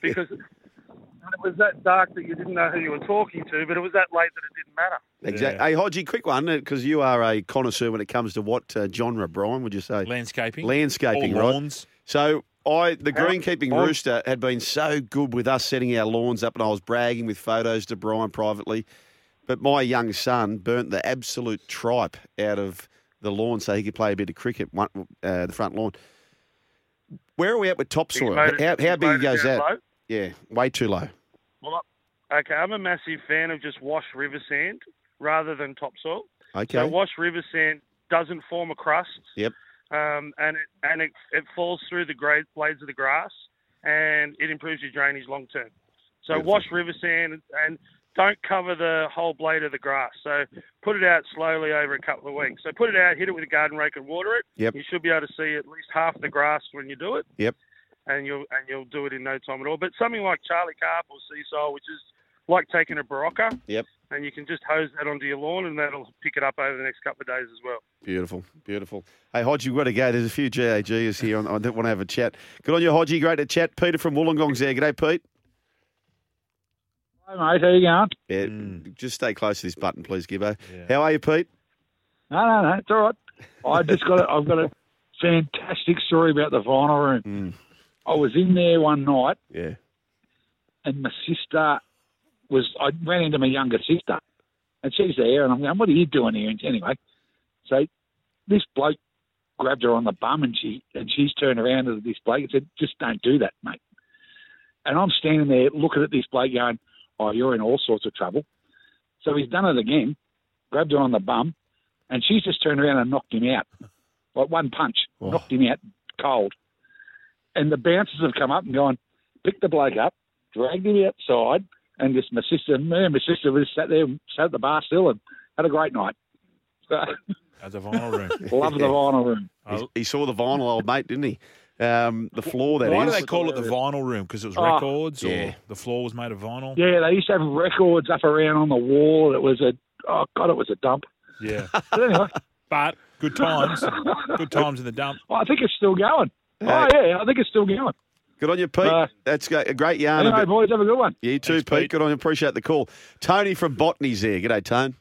[SPEAKER 19] because it was that dark that you didn't know who you were talking to, but it was that late that it didn't matter.
[SPEAKER 4] Exactly. Hey, Hodgie, quick one because you are a connoisseur when it comes to what uh, genre, Brian? Would you say
[SPEAKER 7] landscaping?
[SPEAKER 4] Landscaping,
[SPEAKER 7] Or
[SPEAKER 4] right?
[SPEAKER 7] lawns.
[SPEAKER 4] So. I, the greenkeeping
[SPEAKER 7] Or-
[SPEAKER 4] rooster had been so good with us setting our lawns up, and I was bragging with photos to Brian privately. But my young son burnt the absolute tripe out of the lawn so he could play a bit of cricket, one, uh, the front lawn. Where are we at with topsoil?
[SPEAKER 19] made it-
[SPEAKER 4] How, how
[SPEAKER 19] he's made
[SPEAKER 4] big
[SPEAKER 19] it
[SPEAKER 4] goes
[SPEAKER 19] down
[SPEAKER 4] that?
[SPEAKER 19] low?
[SPEAKER 4] Yeah, way too low.
[SPEAKER 19] Well, I- okay, I'm a massive fan of just washed river sand rather than topsoil.
[SPEAKER 4] Okay.
[SPEAKER 19] So washed river sand doesn't form a crust,
[SPEAKER 4] Yep.
[SPEAKER 19] um, and it and it, it falls through the gra blades of the grass, and it improves your drainage long term. So
[SPEAKER 4] Beautiful.
[SPEAKER 19] wash river sand and don't cover the whole blade of the grass. So put it out slowly over a couple of weeks. So put it out, hit it with a garden rake, and water it.
[SPEAKER 4] Yep.
[SPEAKER 19] You should be able to see at least half the grass when you do it
[SPEAKER 4] Yep.
[SPEAKER 19] and you'll and you'll do it in no time at all. But something like Charlie Carp or Sea Soul, which is like taking a Barocca,
[SPEAKER 4] Yep.
[SPEAKER 19] and you can just hose that onto your lawn, and that'll pick it up over the next couple of days as well.
[SPEAKER 4] Beautiful, beautiful. Hey, Hodge, you've got to go. There's a few GAGs here. On, I don't want to have a chat. Good on you, Hodgie. Great to chat. Peter from Wollongong's there. G'day, Pete.
[SPEAKER 20] Hi, mate. How you going?
[SPEAKER 4] Yeah, Just stay close to this button, please, Gibbo. How are you, Pete?
[SPEAKER 20] No, no, no. It's all right. I just got. A, I've got a fantastic story about the vinyl room. I was in there one night.
[SPEAKER 4] Yeah.
[SPEAKER 20] And my sister was. I ran into my younger sister, and she's there, and I'm going, "What are you doing here?" And anyway, so this bloke grabbed her on the bum, and she and she's turned around to this bloke and said, "Just don't do that, mate." And I'm standing there looking at this bloke, going, "Oh, you're in all sorts of trouble." So he's done it again, grabbed her on the bum, and she's just turned around and knocked him out. Like one punch, knocked him out cold. And the bouncers have come up and gone, picked the bloke up, dragged him outside, and just my sister, me and my sister was sat there, sat at the bar still, and had a great night. So,
[SPEAKER 7] At the vinyl room.
[SPEAKER 20] love the vinyl room.
[SPEAKER 4] He, he saw the vinyl, old mate, didn't he? Um, the floor, that is.
[SPEAKER 7] Why do they call it the vinyl room? Because it was
[SPEAKER 20] Oh.
[SPEAKER 7] records,
[SPEAKER 4] Yeah.
[SPEAKER 7] or the floor was made of vinyl.
[SPEAKER 20] yeah, they used to have records up around on the wall. It was a, oh God, it was a dump.
[SPEAKER 7] Yeah.
[SPEAKER 20] But anyway,
[SPEAKER 7] But good times. good times in the dump.
[SPEAKER 20] I think it's still going. Oh yeah, I think it's still going.
[SPEAKER 4] Good on you, Pete. That's go- a great yarn.
[SPEAKER 20] Anyway,
[SPEAKER 4] about-
[SPEAKER 20] boys, have a good one.
[SPEAKER 4] You too, Pete. Good on you. Appreciate the call. Tony from Botany's there. G'day, Tone.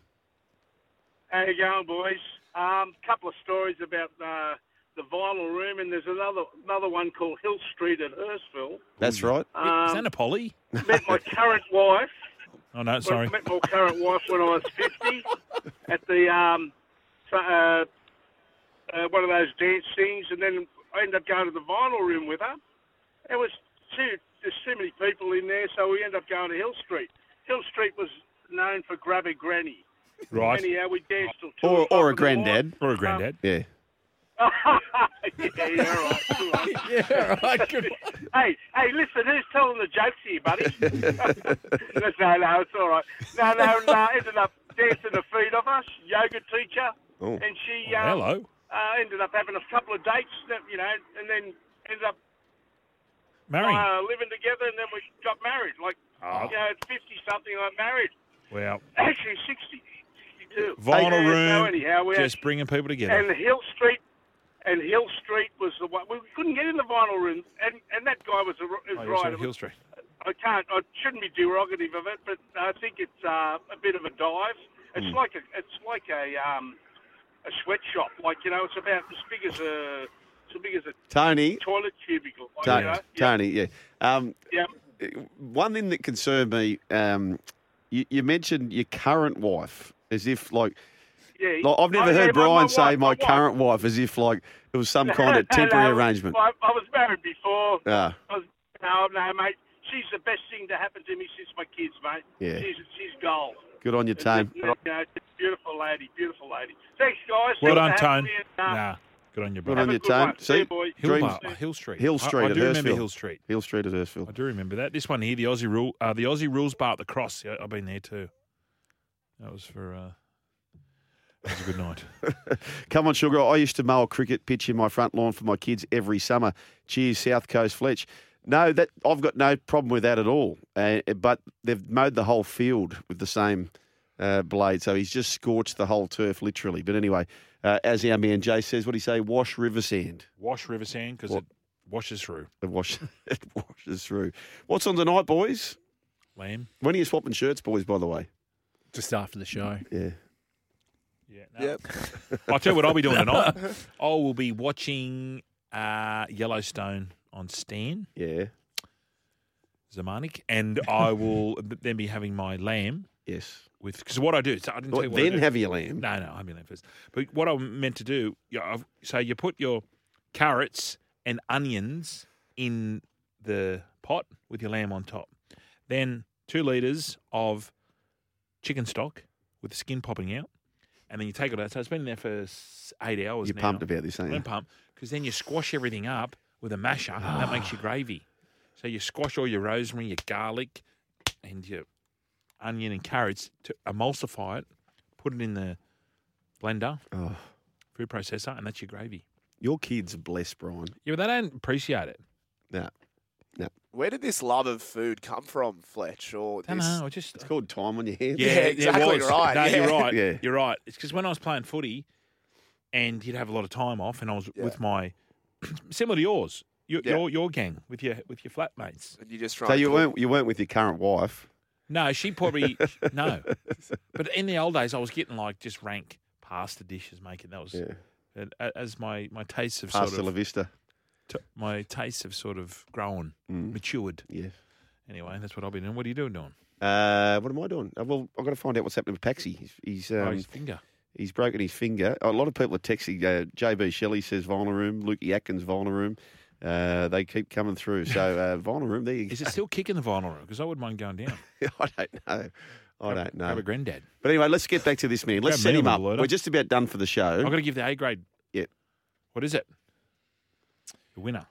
[SPEAKER 16] How you going, boys? Um, couple of stories about uh, the vinyl room, and there's another another one called Hill Street at Hurstville.
[SPEAKER 4] That's right.
[SPEAKER 16] Um,
[SPEAKER 7] Is that a poly?
[SPEAKER 16] Met my current wife.
[SPEAKER 7] Oh, no, sorry.
[SPEAKER 16] Met my current wife when I was 50 at the um, so- uh, uh, one of those dance things, and then I ended up going to the vinyl room with her. It was too there's too many people in there, so we ended up going to Hill Street. Hill Street was known for grubby granny.
[SPEAKER 7] Right.
[SPEAKER 16] Anyhow, we danced till two.
[SPEAKER 4] Or, or a granddad.
[SPEAKER 7] Or a granddad.
[SPEAKER 4] Yeah.
[SPEAKER 16] yeah, you're all right. All right.
[SPEAKER 7] yeah, all right. Good
[SPEAKER 16] hey, hey, listen, who's telling the jokes here, buddy? no, no, it's all right. No, no, no, ended up dancing the feet off us, yoga teacher.
[SPEAKER 7] Oh.
[SPEAKER 16] And she
[SPEAKER 7] Oh,
[SPEAKER 16] um,
[SPEAKER 7] hello.
[SPEAKER 16] Uh, ended up having a couple of dates, that- you know, and then ended up
[SPEAKER 7] Marrying.
[SPEAKER 16] uh, living together, and then we got married. Like,
[SPEAKER 7] Oh.
[SPEAKER 16] you know, at 50 something, I married.
[SPEAKER 7] Wow.
[SPEAKER 16] Actually, 60, 62.
[SPEAKER 7] Vinyl
[SPEAKER 16] uh, Yeah, so
[SPEAKER 7] room.
[SPEAKER 16] anyhow, we had-
[SPEAKER 7] just bringing people together.
[SPEAKER 16] and Hill Street, and Hill Street was the one we couldn't get in the vinyl room, and and that guy was, a, is
[SPEAKER 7] oh, you're
[SPEAKER 16] right.
[SPEAKER 7] sort of Hill Street.
[SPEAKER 16] I can't, I shouldn't be derogative of it, but I think it's uh, a bit of a dive. It's
[SPEAKER 7] Hmm.
[SPEAKER 16] like a, it's like a um, a sweatshop, like you know, it's about as big as a, it's as big as a
[SPEAKER 4] Tony.
[SPEAKER 16] toilet cubicle. Like,
[SPEAKER 4] Ta-
[SPEAKER 16] you know?
[SPEAKER 4] Tony, Oh, yeah. Um,
[SPEAKER 16] Yeah.
[SPEAKER 4] One thing that concerned me, um, you, you mentioned your current wife as if, like,
[SPEAKER 16] Yeah.
[SPEAKER 4] like, I've never
[SPEAKER 16] Oh, yeah,
[SPEAKER 4] heard
[SPEAKER 16] my-
[SPEAKER 4] Brian
[SPEAKER 16] my
[SPEAKER 4] say
[SPEAKER 16] wife,
[SPEAKER 4] my,
[SPEAKER 16] wife.
[SPEAKER 4] current wife as if, like, it was some kind of
[SPEAKER 16] No,
[SPEAKER 4] temporary
[SPEAKER 16] no,
[SPEAKER 4] arrangement.
[SPEAKER 16] I, I was married before.
[SPEAKER 4] Ah.
[SPEAKER 16] I was, no, no, mate. She's the best thing to happen to me since my kids, mate.
[SPEAKER 4] Yeah.
[SPEAKER 16] She's, she's gold.
[SPEAKER 4] Good on you, Tone.
[SPEAKER 16] You know, she's a beautiful lady, beautiful lady. Thanks, guys.
[SPEAKER 4] Well
[SPEAKER 16] Thanks
[SPEAKER 4] done,
[SPEAKER 16] for having
[SPEAKER 4] Tone.
[SPEAKER 16] me, and, uh,
[SPEAKER 7] Nah. Good on you,
[SPEAKER 4] Good
[SPEAKER 7] brother.
[SPEAKER 4] on you, Tone. See,
[SPEAKER 7] Hill,
[SPEAKER 4] dreams-
[SPEAKER 7] Bar- Hill Street. I-
[SPEAKER 4] Hill Street
[SPEAKER 7] I,
[SPEAKER 4] at
[SPEAKER 7] do remember
[SPEAKER 4] Hurstville.
[SPEAKER 7] Hill Street.
[SPEAKER 4] Hill Street at Hurstville.
[SPEAKER 7] I do remember that. This one here, the Aussie rule, uh, the Aussie rules bar at the cross. Yeah, I've been there too. That was for. Uh, that was a good night.
[SPEAKER 4] Come on, sugar. I used to mow a cricket pitch in my front lawn for my kids every summer. Cheers, South Coast Fletch. No, that I've got no problem with that at all. Uh, but they've mowed the whole field with the same uh, blade, so he's just scorched the whole turf literally. But anyway, uh, as our man Jay says, what do you say? Wash river sand.
[SPEAKER 7] Wash river sand because it washes through.
[SPEAKER 4] It wash it washes through. What's on tonight, boys?
[SPEAKER 7] Lamb.
[SPEAKER 4] When are you swapping shirts, boys? By the way,
[SPEAKER 11] Just after the show.
[SPEAKER 4] Yeah.
[SPEAKER 7] Yeah.
[SPEAKER 9] Yep.
[SPEAKER 7] I'll tell you what I'll be doing tonight. I will be watching uh, Yellowstone on Stan.
[SPEAKER 4] Yeah.
[SPEAKER 7] Zamanik. And I will then be having my lamb.
[SPEAKER 4] Yes.
[SPEAKER 7] With because what I do, so I didn't
[SPEAKER 4] What,
[SPEAKER 7] tell you what I
[SPEAKER 4] then
[SPEAKER 7] do.
[SPEAKER 4] have your lamb?
[SPEAKER 7] No, no, have your lamb first. But what I meant to do, yeah, I've, so you put your carrots and onions in the pot with your lamb on top. Then two liters of chicken stock with the skin popping out, and then you take it out. So it's been there for s- eight hours.
[SPEAKER 4] You're
[SPEAKER 7] now.
[SPEAKER 4] pumped about this, aren't you?
[SPEAKER 7] I'm pumped because then you squash everything up with a masher, and that makes your
[SPEAKER 4] Ah.
[SPEAKER 7] gravy. So you squash all your rosemary, your garlic, and your onion and carrots to emulsify it. Put it in the blender,
[SPEAKER 4] Oh.
[SPEAKER 7] food processor, and that's your gravy.
[SPEAKER 4] your kids are blessed, Brian.
[SPEAKER 7] Yeah, but they don't appreciate it.
[SPEAKER 4] No, no.
[SPEAKER 9] Where did this love of food come from, Fletch? Or
[SPEAKER 7] Don't
[SPEAKER 9] this?
[SPEAKER 7] know, I just
[SPEAKER 4] It's called time on your hands.
[SPEAKER 7] Yeah,
[SPEAKER 9] Yeah,
[SPEAKER 7] there
[SPEAKER 9] exactly
[SPEAKER 7] was.
[SPEAKER 9] right,
[SPEAKER 7] No,
[SPEAKER 9] yeah.
[SPEAKER 7] you're right.
[SPEAKER 4] Yeah.
[SPEAKER 7] You're right. It's because when I was playing footy and you'd have a lot of time off and I was with my similar to yours. Your,
[SPEAKER 9] Yeah.
[SPEAKER 7] your your gang with your with your flatmates.
[SPEAKER 9] And you just try
[SPEAKER 4] So
[SPEAKER 9] and
[SPEAKER 4] you
[SPEAKER 9] talk-
[SPEAKER 4] weren't you weren't with your current wife.
[SPEAKER 7] No, she probably no. But in the old days, I was getting like just rank pasta dishes, making that was
[SPEAKER 4] Yeah.
[SPEAKER 7] and a- as my my tastes have
[SPEAKER 4] Pasta
[SPEAKER 7] sort
[SPEAKER 4] La
[SPEAKER 7] of
[SPEAKER 4] Vista.
[SPEAKER 7] t- my tastes have sort of grown,
[SPEAKER 4] Mm.
[SPEAKER 7] matured.
[SPEAKER 4] Yeah.
[SPEAKER 7] Anyway, that's what I'll be doing. What are you doing, Don?
[SPEAKER 4] Uh, what am I doing? Uh, well, I've got to find out what's happening with Paxi. He's he's, um,
[SPEAKER 7] oh, his finger.
[SPEAKER 4] he's broken his finger. A lot of people are texting. Uh, JB Shelley says vinyl room. Luke Atkins vinyl room. Uh, they keep coming through. So uh, vinyl room. There you go.
[SPEAKER 7] Is it still kicking the vinyl room? Because I wouldn't mind going down.
[SPEAKER 4] I don't know. I don't know.
[SPEAKER 7] Have a granddad.
[SPEAKER 4] But anyway, let's get back to this man. Let's
[SPEAKER 7] Grab
[SPEAKER 4] set
[SPEAKER 7] me
[SPEAKER 4] him
[SPEAKER 7] on the
[SPEAKER 4] up.
[SPEAKER 7] bloater.
[SPEAKER 4] We're just about done for the show.
[SPEAKER 7] I'm going to give the A grade.
[SPEAKER 4] Yeah.
[SPEAKER 7] What is it? The winner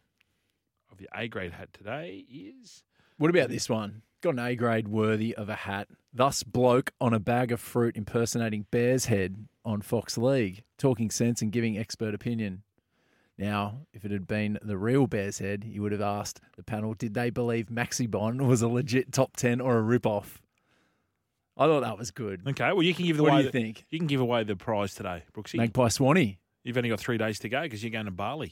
[SPEAKER 7] of the A grade hat today is
[SPEAKER 11] What about this one? Got an A grade worthy of a hat. Thus, bloke on a bag of fruit impersonating Bear's head on Fox League, talking sense and giving expert opinion. Now, if it had been the real Bear's head, you would have asked the panel, did they believe Maxi Bond was a legit top 10 or a rip-off? I thought that was good.
[SPEAKER 7] okay. Well, you can give away.
[SPEAKER 11] What do you
[SPEAKER 7] the-
[SPEAKER 11] think?
[SPEAKER 7] You can give away the prize today, Brooksy.
[SPEAKER 11] Magpie Swanee.
[SPEAKER 7] You've only got three days to go because you're going to Bali.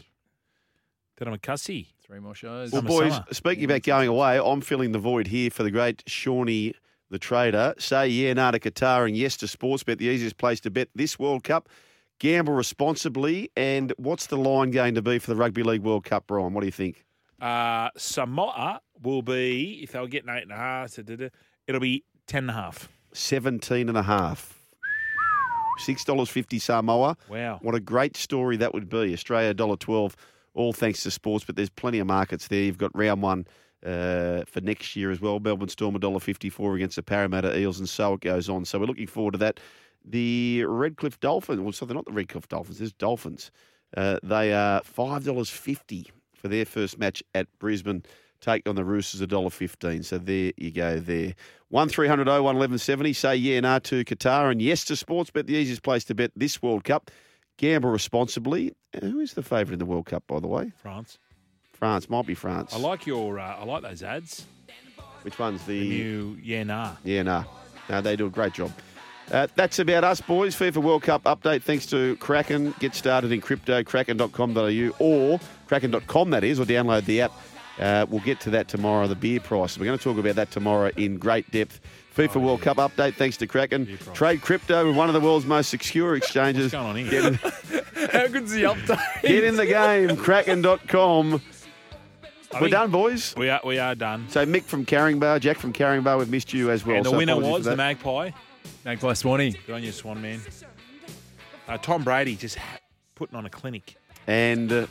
[SPEAKER 7] Then I'm a cussy.
[SPEAKER 11] Three more shows.
[SPEAKER 4] Well, boys, speaking about going away, I'm filling the void here for the great Shawnee the Trader. Say yeah now to Qatar and yes to Sportsbet, the easiest place to bet this World Cup. Gamble responsibly. And what's the line going to be for the Rugby League World Cup, Brian? What do you think?
[SPEAKER 7] Uh, Samoa will be, if they'll get an eight and a half, da, da, da, it'll be ten and a half.
[SPEAKER 4] 17 and a half. $6.50 Samoa.
[SPEAKER 7] Wow.
[SPEAKER 4] What a great story that would be. Australia $1.12, all thanks to sports, but there's plenty of markets there. You've got round one uh, for next year as well. Melbourne Storm $1.54 against the Parramatta Eels, and so it goes on. So we're looking forward to that. The Redcliffe Dolphins, well, so they're not the Redcliffe Dolphins, there's Dolphins. Uh, they are $5.50 for their first match at Brisbane. Take on the Roosters $1.15. So there you go there. 1300 01 1170. Say yeah, nah to Qatar and yes to sports bet, the easiest place to bet this World Cup. Gamble responsibly. Uh, Who is the favourite in the World Cup, by the way?
[SPEAKER 7] France.
[SPEAKER 4] France. Might be France.
[SPEAKER 7] I like your. Uh, I like those ads.
[SPEAKER 4] Which one's the,
[SPEAKER 7] new? Ah. Yeah, nah.
[SPEAKER 4] Yeah, nah. No, they do a great job. Uh, that's about us, boys. FIFA World Cup update thanks to Kraken. Get started in crypto, kraken.com.au or kraken.com, that is, or download the app. Uh, we'll get to that tomorrow, the beer price. We're going to talk about that tomorrow in great depth. FIFA
[SPEAKER 7] Oh,
[SPEAKER 4] World Cup update thanks to Kraken. Trade crypto with one of the world's most secure exchanges. What's going on here? Get in,
[SPEAKER 11] How good's the update?
[SPEAKER 4] get in the game, kraken.com.
[SPEAKER 7] I
[SPEAKER 4] We're
[SPEAKER 7] think-
[SPEAKER 4] done, boys.
[SPEAKER 7] We are. We are done.
[SPEAKER 4] So Mick from Carringbar, Jack from Carringbar, we've missed you as well.
[SPEAKER 7] and the
[SPEAKER 4] so
[SPEAKER 7] winner
[SPEAKER 4] apologies
[SPEAKER 7] was
[SPEAKER 4] for
[SPEAKER 7] the
[SPEAKER 4] that.
[SPEAKER 7] Magpie.
[SPEAKER 11] Magpie Swanee.
[SPEAKER 7] Good on you, Swan man. Uh, Tom Brady just ha- putting on a clinic.
[SPEAKER 4] And uh,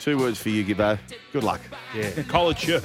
[SPEAKER 4] two words for you, Gibbo. Good luck.
[SPEAKER 7] Yeah. Collared shirt.